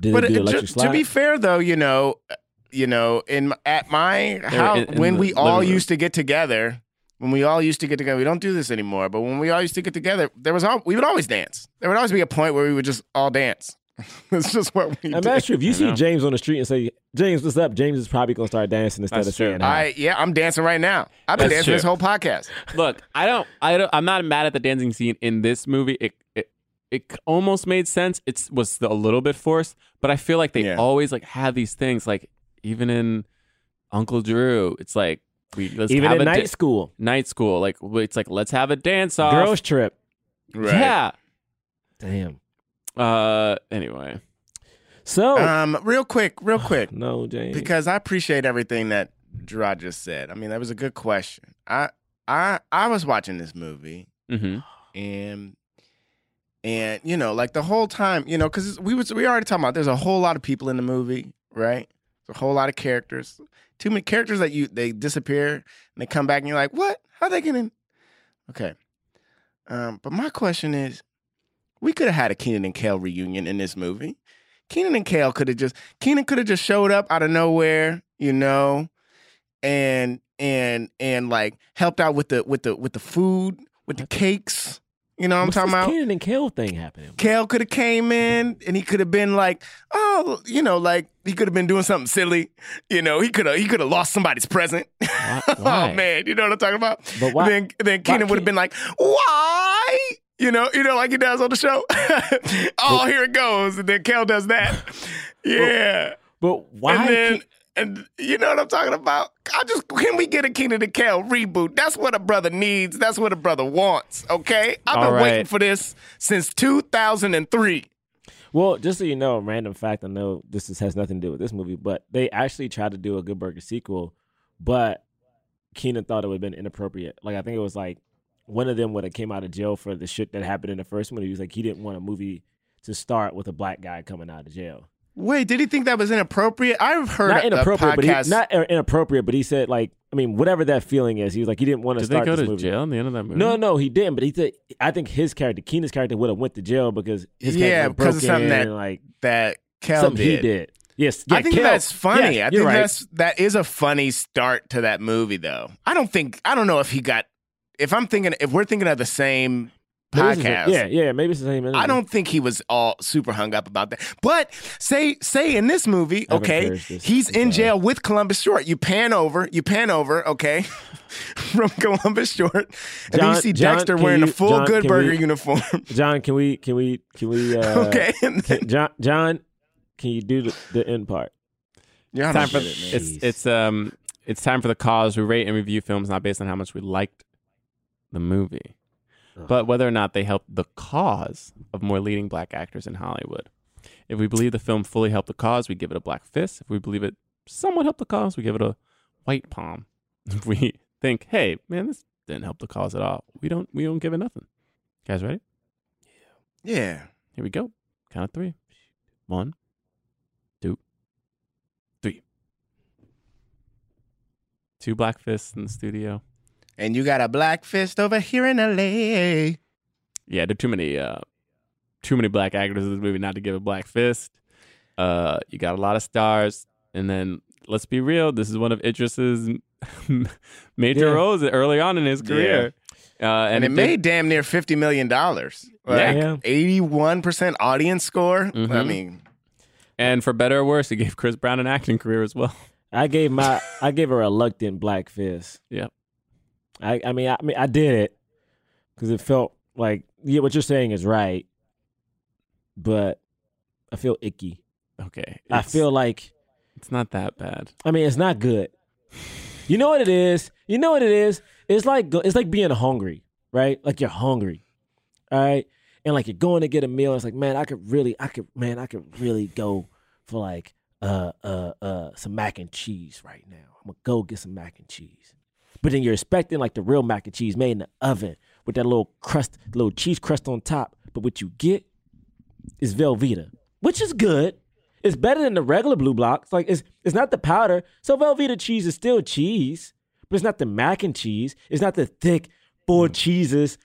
Speaker 2: Did
Speaker 4: but
Speaker 2: it do
Speaker 4: it-
Speaker 2: electric
Speaker 4: to,
Speaker 2: slide?
Speaker 4: to be fair, though, you know, uh, you know, in m- at my house
Speaker 3: in- in
Speaker 4: when
Speaker 3: the
Speaker 4: we all
Speaker 3: living room.
Speaker 4: used to get together, when we all used to get together, we don't do this anymore. But when we all used to get together, there was all we would always dance. There would always be a point where we would just all dance. That's just what we
Speaker 2: I'm
Speaker 4: did.
Speaker 2: asking you, if you see
Speaker 3: know.
Speaker 2: James on the street and say, "James, what's up?" James is probably gonna start dancing instead
Speaker 3: That's
Speaker 2: of
Speaker 3: true.
Speaker 2: saying, hi.
Speaker 4: I yeah, I'm dancing right now. I've been
Speaker 3: That's
Speaker 4: dancing this
Speaker 3: true.
Speaker 4: whole podcast.
Speaker 3: Look, I don't, I don't, I'm not mad at the dancing scene in this movie. It, it, it almost made sense. It was a little bit forced, but I feel like they
Speaker 4: Yeah.
Speaker 3: always like have these things. Like even in Uncle Drew, it's like we let's
Speaker 2: Even
Speaker 3: have
Speaker 2: in
Speaker 3: a
Speaker 2: night
Speaker 3: da-
Speaker 2: school,
Speaker 3: night school. Like it's like let's have a dance off.
Speaker 2: girls trip.
Speaker 3: Yeah.
Speaker 2: Damn.
Speaker 3: Uh. Anyway.
Speaker 2: So
Speaker 3: Oh.
Speaker 4: Um, real quick, real quick,
Speaker 2: no, James.
Speaker 4: because I appreciate everything that Gerard just said. I mean, that was a good question. I I I was watching this movie
Speaker 3: Mm-hmm.
Speaker 4: and and you know, like the whole time, you know, because we was we already talking about there's a whole lot of people in the movie, right? There's a whole lot of characters. Too many characters that you they disappear and they come back and you're like, what? How they getting? Okay. Um, but my question is, we could have had a Keenan and Kale reunion in this movie. Keenan and Kale could have just Keenan could have just showed up out of nowhere, you know, and and and like helped out with the with the with the food, with the cakes. You know what I'm
Speaker 2: What's
Speaker 4: talking
Speaker 2: this
Speaker 4: about?
Speaker 2: Kenan and Kel thing happening.
Speaker 4: Kale could have came in and he could have been like, oh, you know, like he could have been doing something silly. You know, he could have he could have lost somebody's present.
Speaker 2: why?
Speaker 4: oh man, you know what I'm talking about?
Speaker 2: But why-
Speaker 4: Then then Keenan would have
Speaker 2: Ke-
Speaker 4: been like, why? You know, you know, like he does on the show. oh, here it goes, and then Kale does that. yeah,
Speaker 2: But why?
Speaker 4: and then.
Speaker 2: Ke-
Speaker 4: and you know what I'm talking about? I just can we get a Keenan and Kel reboot? That's what a brother needs. That's what a brother wants. Okay, I've
Speaker 3: All
Speaker 4: been
Speaker 3: right.
Speaker 4: waiting for this since 2003.
Speaker 2: well, just so you know, random fact. I know this is, has nothing to do with this movie, but they actually tried to do a Good Burger sequel, but Keenan thought it would have been inappropriate. Like I think it was like one of them would have came out of jail for the shit that happened in the first one. He was like, he didn't want a movie to start with a black guy coming out of jail.
Speaker 4: Wait, did he think that was inappropriate? I've heard
Speaker 2: not
Speaker 4: a-
Speaker 2: inappropriate,
Speaker 4: a
Speaker 2: but
Speaker 4: podcast.
Speaker 2: he, not uh, inappropriate, but he said like, I mean, whatever that feeling is, he was like, he didn't want to
Speaker 3: Did they
Speaker 2: start
Speaker 3: go
Speaker 2: this
Speaker 3: to
Speaker 2: movie.
Speaker 3: jail in the end of that movie?
Speaker 2: No, no, he didn't. But he said, I think his character, Keenan's character, would have went to jail because his character
Speaker 4: Yeah,
Speaker 2: was
Speaker 4: because of
Speaker 2: broken
Speaker 4: something that
Speaker 2: and, like
Speaker 4: that Kel
Speaker 2: something
Speaker 4: did.
Speaker 2: he did. Yes, yeah,
Speaker 4: I think
Speaker 2: Kale.
Speaker 4: that's funny.
Speaker 2: Yeah, you're
Speaker 4: I think
Speaker 2: right.
Speaker 4: that's that is a funny start to that movie, though. I don't think I don't know if he got. If I'm thinking, if we're thinking of the same
Speaker 2: Maybe this is
Speaker 4: podcast,
Speaker 2: it. Yeah, yeah, maybe it's the same.
Speaker 4: I don't think he was all super hung up about that. But say say in this movie,
Speaker 2: I've
Speaker 4: okay,
Speaker 2: embarrassed this.
Speaker 4: he's
Speaker 2: I'm
Speaker 4: in
Speaker 2: sorry.
Speaker 4: jail with Columbus Short. You pan over, you pan over, okay, from Columbus Short, and then you
Speaker 2: John-
Speaker 4: see
Speaker 2: John,
Speaker 4: Dexter
Speaker 2: can
Speaker 4: wearing a
Speaker 2: you-
Speaker 4: full
Speaker 2: John,
Speaker 4: Good
Speaker 2: can
Speaker 4: Burger
Speaker 2: we-
Speaker 4: uniform.
Speaker 2: John, can we? Can we? Can we? Uh,
Speaker 4: okay, and then,
Speaker 2: can- John, John, can you do the, the end part?
Speaker 4: You're
Speaker 3: It's
Speaker 4: on a
Speaker 3: time for
Speaker 4: shit, man.
Speaker 3: it's
Speaker 2: Jeez.
Speaker 3: it's um it's time for the cause. We rate and review films not based on how much we liked the movie, but whether or not they helped the cause of more leading black actors in Hollywood. If we believe the film fully helped the cause, we give it a black fist. If we believe it somewhat helped the cause, we give it a white palm. If we think, hey man, this didn't help the cause at all, we don't we don't give it nothing. Guys, ready?
Speaker 4: yeah.
Speaker 3: Here we go. Count of three. One, two, three. Two black fists in the studio.
Speaker 4: And you got a black fist over here in L.A.
Speaker 3: Yeah, there are too many uh too many black actors in this movie not to give a black fist. Uh you got a lot of stars. And then let's be real, this is one of Idris's major
Speaker 2: Yeah.
Speaker 3: roles early on in his
Speaker 4: Yeah.
Speaker 3: career. Uh,
Speaker 4: And, it,
Speaker 3: did-
Speaker 4: made damn near fifty million dollars. Like
Speaker 2: Yeah. Mm-hmm.
Speaker 4: eighty-one percent audience score. I
Speaker 3: Mhm.
Speaker 4: mean,
Speaker 3: and for better or worse, it gave Chris Brown an acting career as well.
Speaker 2: I gave my, I gave a reluctant black fist.
Speaker 3: Yep.
Speaker 2: I, I mean, I, I mean, I did it because it felt like, yeah, what you're saying is right, but I feel icky.
Speaker 3: Okay.
Speaker 2: I
Speaker 3: it's-
Speaker 2: feel like
Speaker 3: it's not that bad.
Speaker 2: I mean, it's not good. You know what it is? You know what it is? It's like it's like being hungry, right? Like you're hungry. All right? And like you're going to get a meal, it's like, man, I could really I could man, I could really go for like uh uh uh some mac and cheese right now. I'm gonna go get some mac and cheese. But then you're expecting like the real mac and cheese made in the oven with that little crust, little cheese crust on top. But what you get is Velveeta, which is good. It's better than the regular blue blocks. Like it's it's not the powder. So Velveeta cheese is still cheese, but it's not the mac and cheese. It's not the thick four
Speaker 3: Mm.
Speaker 2: cheeses,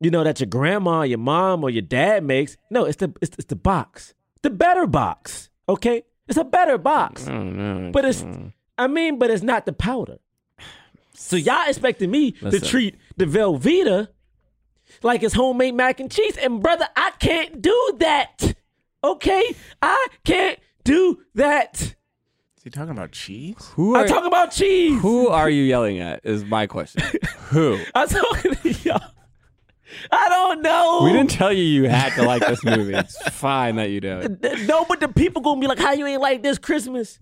Speaker 2: you know, that your grandma, your mom, or your dad makes. No, it's the it's, it's the box, the better box. Okay, it's a better box.
Speaker 3: I don't know.
Speaker 2: But it's, I mean, but it's not the powder. So y'all expecting me to
Speaker 3: Listen.
Speaker 2: treat the Velveeta like it's homemade mac and cheese, and brother, I can't do that. Okay, I can't do that.
Speaker 4: is he talking about cheese?
Speaker 3: who
Speaker 2: I'm talking about cheese.
Speaker 3: Who are you yelling at? Is my question. Who?
Speaker 2: I'm talking to y'all. I don't know.
Speaker 3: We didn't tell you you had to like this movie. It's fine that you do.
Speaker 2: No, but the people gonna be like, "How you ain't like this Christmas?"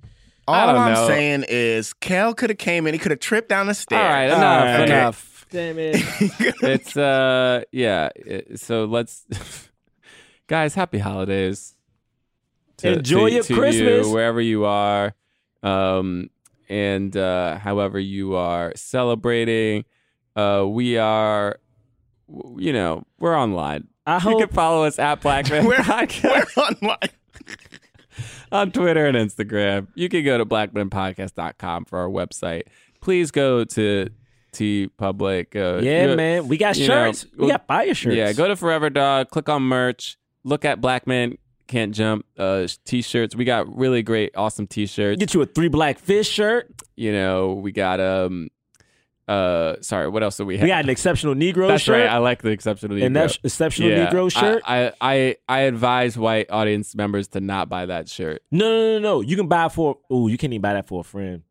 Speaker 4: All
Speaker 3: I don't
Speaker 4: I'm
Speaker 3: know.
Speaker 4: saying is, Kel could have came in. He could have tripped down the
Speaker 3: All
Speaker 4: stairs.
Speaker 3: right, enough,
Speaker 2: right.
Speaker 3: enough.
Speaker 2: Damn it.
Speaker 3: It's uh, yeah. it- so let's, guys. Happy holidays.
Speaker 2: Enjoy your
Speaker 3: to
Speaker 2: Christmas.
Speaker 3: you, wherever you are, um, and uh, however you are celebrating. Uh, we are, w- you know, we're online.
Speaker 2: I
Speaker 3: You can
Speaker 2: hope.
Speaker 3: follow us at Black Man
Speaker 4: We're-
Speaker 3: Podcast.
Speaker 4: We're online.
Speaker 3: on Twitter and Instagram. You can go to blackmenpodcast.com for our website. Please go to T Public. Uh,
Speaker 2: Yeah,
Speaker 3: you-
Speaker 2: man, we got
Speaker 3: you know,
Speaker 2: shirts. we got fire shirts.
Speaker 3: Yeah, go to Forever Dog, click on merch, look at Black Men Can't Jump uh, t shirts. We got really great, awesome t shirts.
Speaker 2: get you a three black fish shirt.
Speaker 3: You know, we got, um, uh, sorry, what else do we have?
Speaker 2: We got an exceptional Negro
Speaker 3: That's
Speaker 2: shirt.
Speaker 3: right. I like the exceptional
Speaker 2: an
Speaker 3: Negro.
Speaker 2: ex- exceptional
Speaker 3: Yeah,
Speaker 2: Negro shirt.
Speaker 3: I, I I I advise white audience members to not buy that shirt.
Speaker 2: no, no, no, no. You can buy it for. Ooh, you can't even buy that for a friend.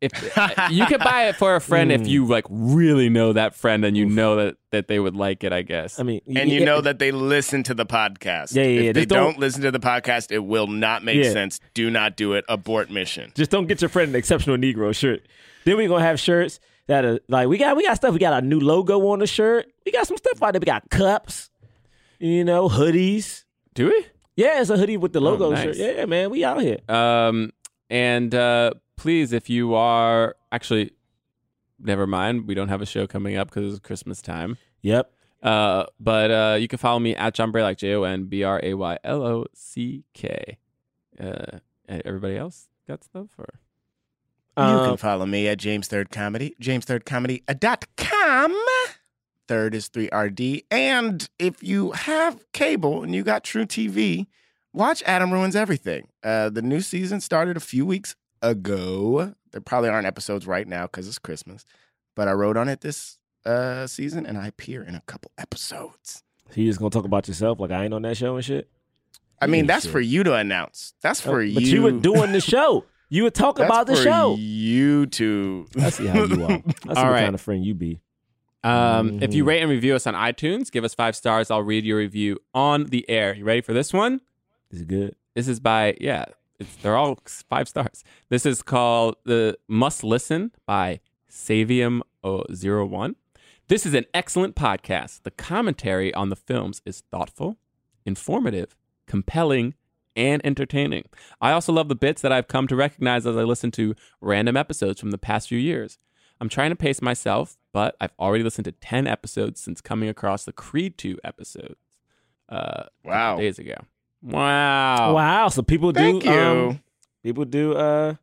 Speaker 3: if uh, you could buy it for a friend if
Speaker 2: Mm.
Speaker 3: you like really know that friend and you know that that they would like it i guess
Speaker 2: I mean,
Speaker 4: And you
Speaker 2: yeah,
Speaker 4: know that they listen to the podcast.
Speaker 2: Yeah, yeah,
Speaker 4: If
Speaker 2: yeah.
Speaker 4: they
Speaker 2: Just don't-
Speaker 4: don't, listen to the podcast, it will not make
Speaker 2: Yeah.
Speaker 4: sense. Do not do it. Abort mission.
Speaker 2: Just don't get your friend an exceptional Negro shirt. Then we gonna have shirts that are like we got we got stuff. We got our new logo on the shirt. We got some stuff out there. We got cups, you know, hoodies.
Speaker 3: do we
Speaker 2: Yeah, it's a hoodie
Speaker 4: Oh,
Speaker 2: with the logo
Speaker 3: nice.
Speaker 2: shirt. Yeah, yeah, man, we out here.
Speaker 3: Um, and uh, please, if you are actually, never mind, we don't have a show coming up because it's Christmas time.
Speaker 2: Yep.
Speaker 3: Uh, but uh, you can follow me at John Braylock, J O N B R A Y L O C K. Uh, and everybody else got stuff or
Speaker 4: you
Speaker 2: Um,
Speaker 4: can follow me at James Third Comedy, uh, jamesthirdcomedy.com. Third is 3RD. And if you have cable and you got True TV, watch Adam Ruins Everything. Uh, the new season started a few weeks ago. There probably aren't episodes right now because it's Christmas, but I wrote on it this uh, season and I appear in a couple episodes.
Speaker 2: So you just gonna talk about yourself like I ain't on that show and shit?
Speaker 4: I mean,
Speaker 2: Yeah,
Speaker 4: that's
Speaker 2: sure.
Speaker 4: for you to announce. That's for you.
Speaker 2: but you were doing the show. You would talk
Speaker 4: that's
Speaker 2: about the
Speaker 4: for
Speaker 2: show.
Speaker 4: You to.
Speaker 2: I see how you are. I see what
Speaker 3: right.
Speaker 2: kind of friend you be.
Speaker 3: Um, If you
Speaker 2: Mhm.
Speaker 3: rate and review us on iTunes, give us five stars. I'll read your review on the air. You ready for this one?
Speaker 2: Is it good?
Speaker 3: This is by yeah, it's, they're all five stars. This is called the Must Listen by Savium01. This is an excellent podcast. The commentary on the films is thoughtful, informative, compelling, and entertaining. I also love the bits that I've come to recognize as I listen to random episodes from the past few years. I'm trying to pace myself, but I've already listened to 10 episodes since coming across the Creed 2 episodes uh,
Speaker 4: Wow.
Speaker 3: days ago. Wow.
Speaker 2: Wow. So people do.
Speaker 4: Oh. Thank you.
Speaker 2: um, people do. Uh,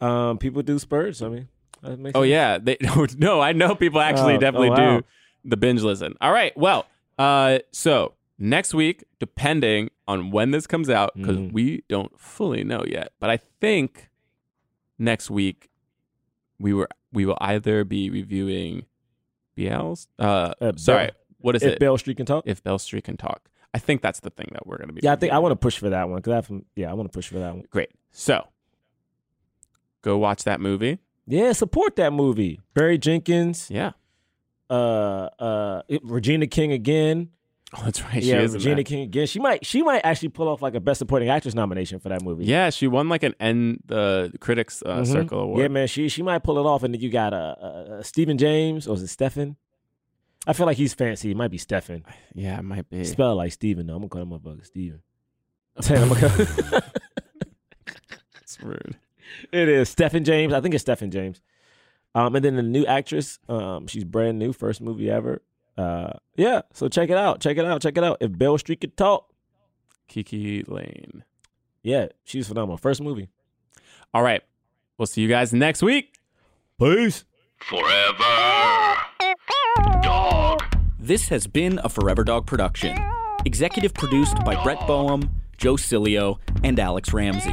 Speaker 2: um, people do spurts. I mean, that makes
Speaker 3: Oh
Speaker 2: sense.
Speaker 3: yeah, they no, I know people actually
Speaker 2: Oh,
Speaker 3: definitely
Speaker 2: oh, wow.
Speaker 3: do the binge listen. All right, well, uh, so next week, depending on when this comes out, because
Speaker 2: Mhm.
Speaker 3: we don't fully know yet, but I think next week we were we will either be reviewing BL's. Uh,
Speaker 2: Uh, Bell-
Speaker 3: sorry, what is
Speaker 2: If
Speaker 3: it?
Speaker 2: Bell Street can talk.
Speaker 3: if Bell Street can talk, I think that's the thing that we're going to be.
Speaker 2: yeah, I think I
Speaker 3: reviewing.
Speaker 2: want to push for that one because yeah, I want to push for that one.
Speaker 3: Great. So go watch that movie.
Speaker 2: Yeah, support that movie. Barry Jenkins,
Speaker 3: Yeah.
Speaker 2: uh, uh, it- Regina King again.
Speaker 3: Oh, that's right.
Speaker 2: yeah,
Speaker 3: she is in
Speaker 2: Regina
Speaker 3: that.
Speaker 2: King again. She might she might actually pull off like a best supporting actress nomination for that movie.
Speaker 3: Yeah, she won like an N the critics uh,
Speaker 2: Mhm.
Speaker 3: circle award.
Speaker 2: Yeah, man, she she might pull it off. And then you got uh, uh, Stephen James or is it Stephen? I feel like he's fancy. It might be Stephen.
Speaker 3: Yeah, it might be.
Speaker 2: Spell it like Stephen. though. I'm gonna call him motherfucker Stephen. I'm gonna call-
Speaker 3: It's rude.
Speaker 2: it is Stephen James. I think it's Stephen James. Um, and then the new actress. Um, she's brand new, first movie ever. Uh, yeah. So check it out. Check it out. Check it out. If Bell Street could talk,
Speaker 3: Kiki Lane.
Speaker 2: yeah, she's phenomenal. First movie.
Speaker 3: All right. We'll see you guys next week.
Speaker 2: Peace.
Speaker 1: Forever. Dog.
Speaker 10: This has been a Forever Dog production. Executive produced by Brett Boehm, Joe Cilio, and Alex Ramsey.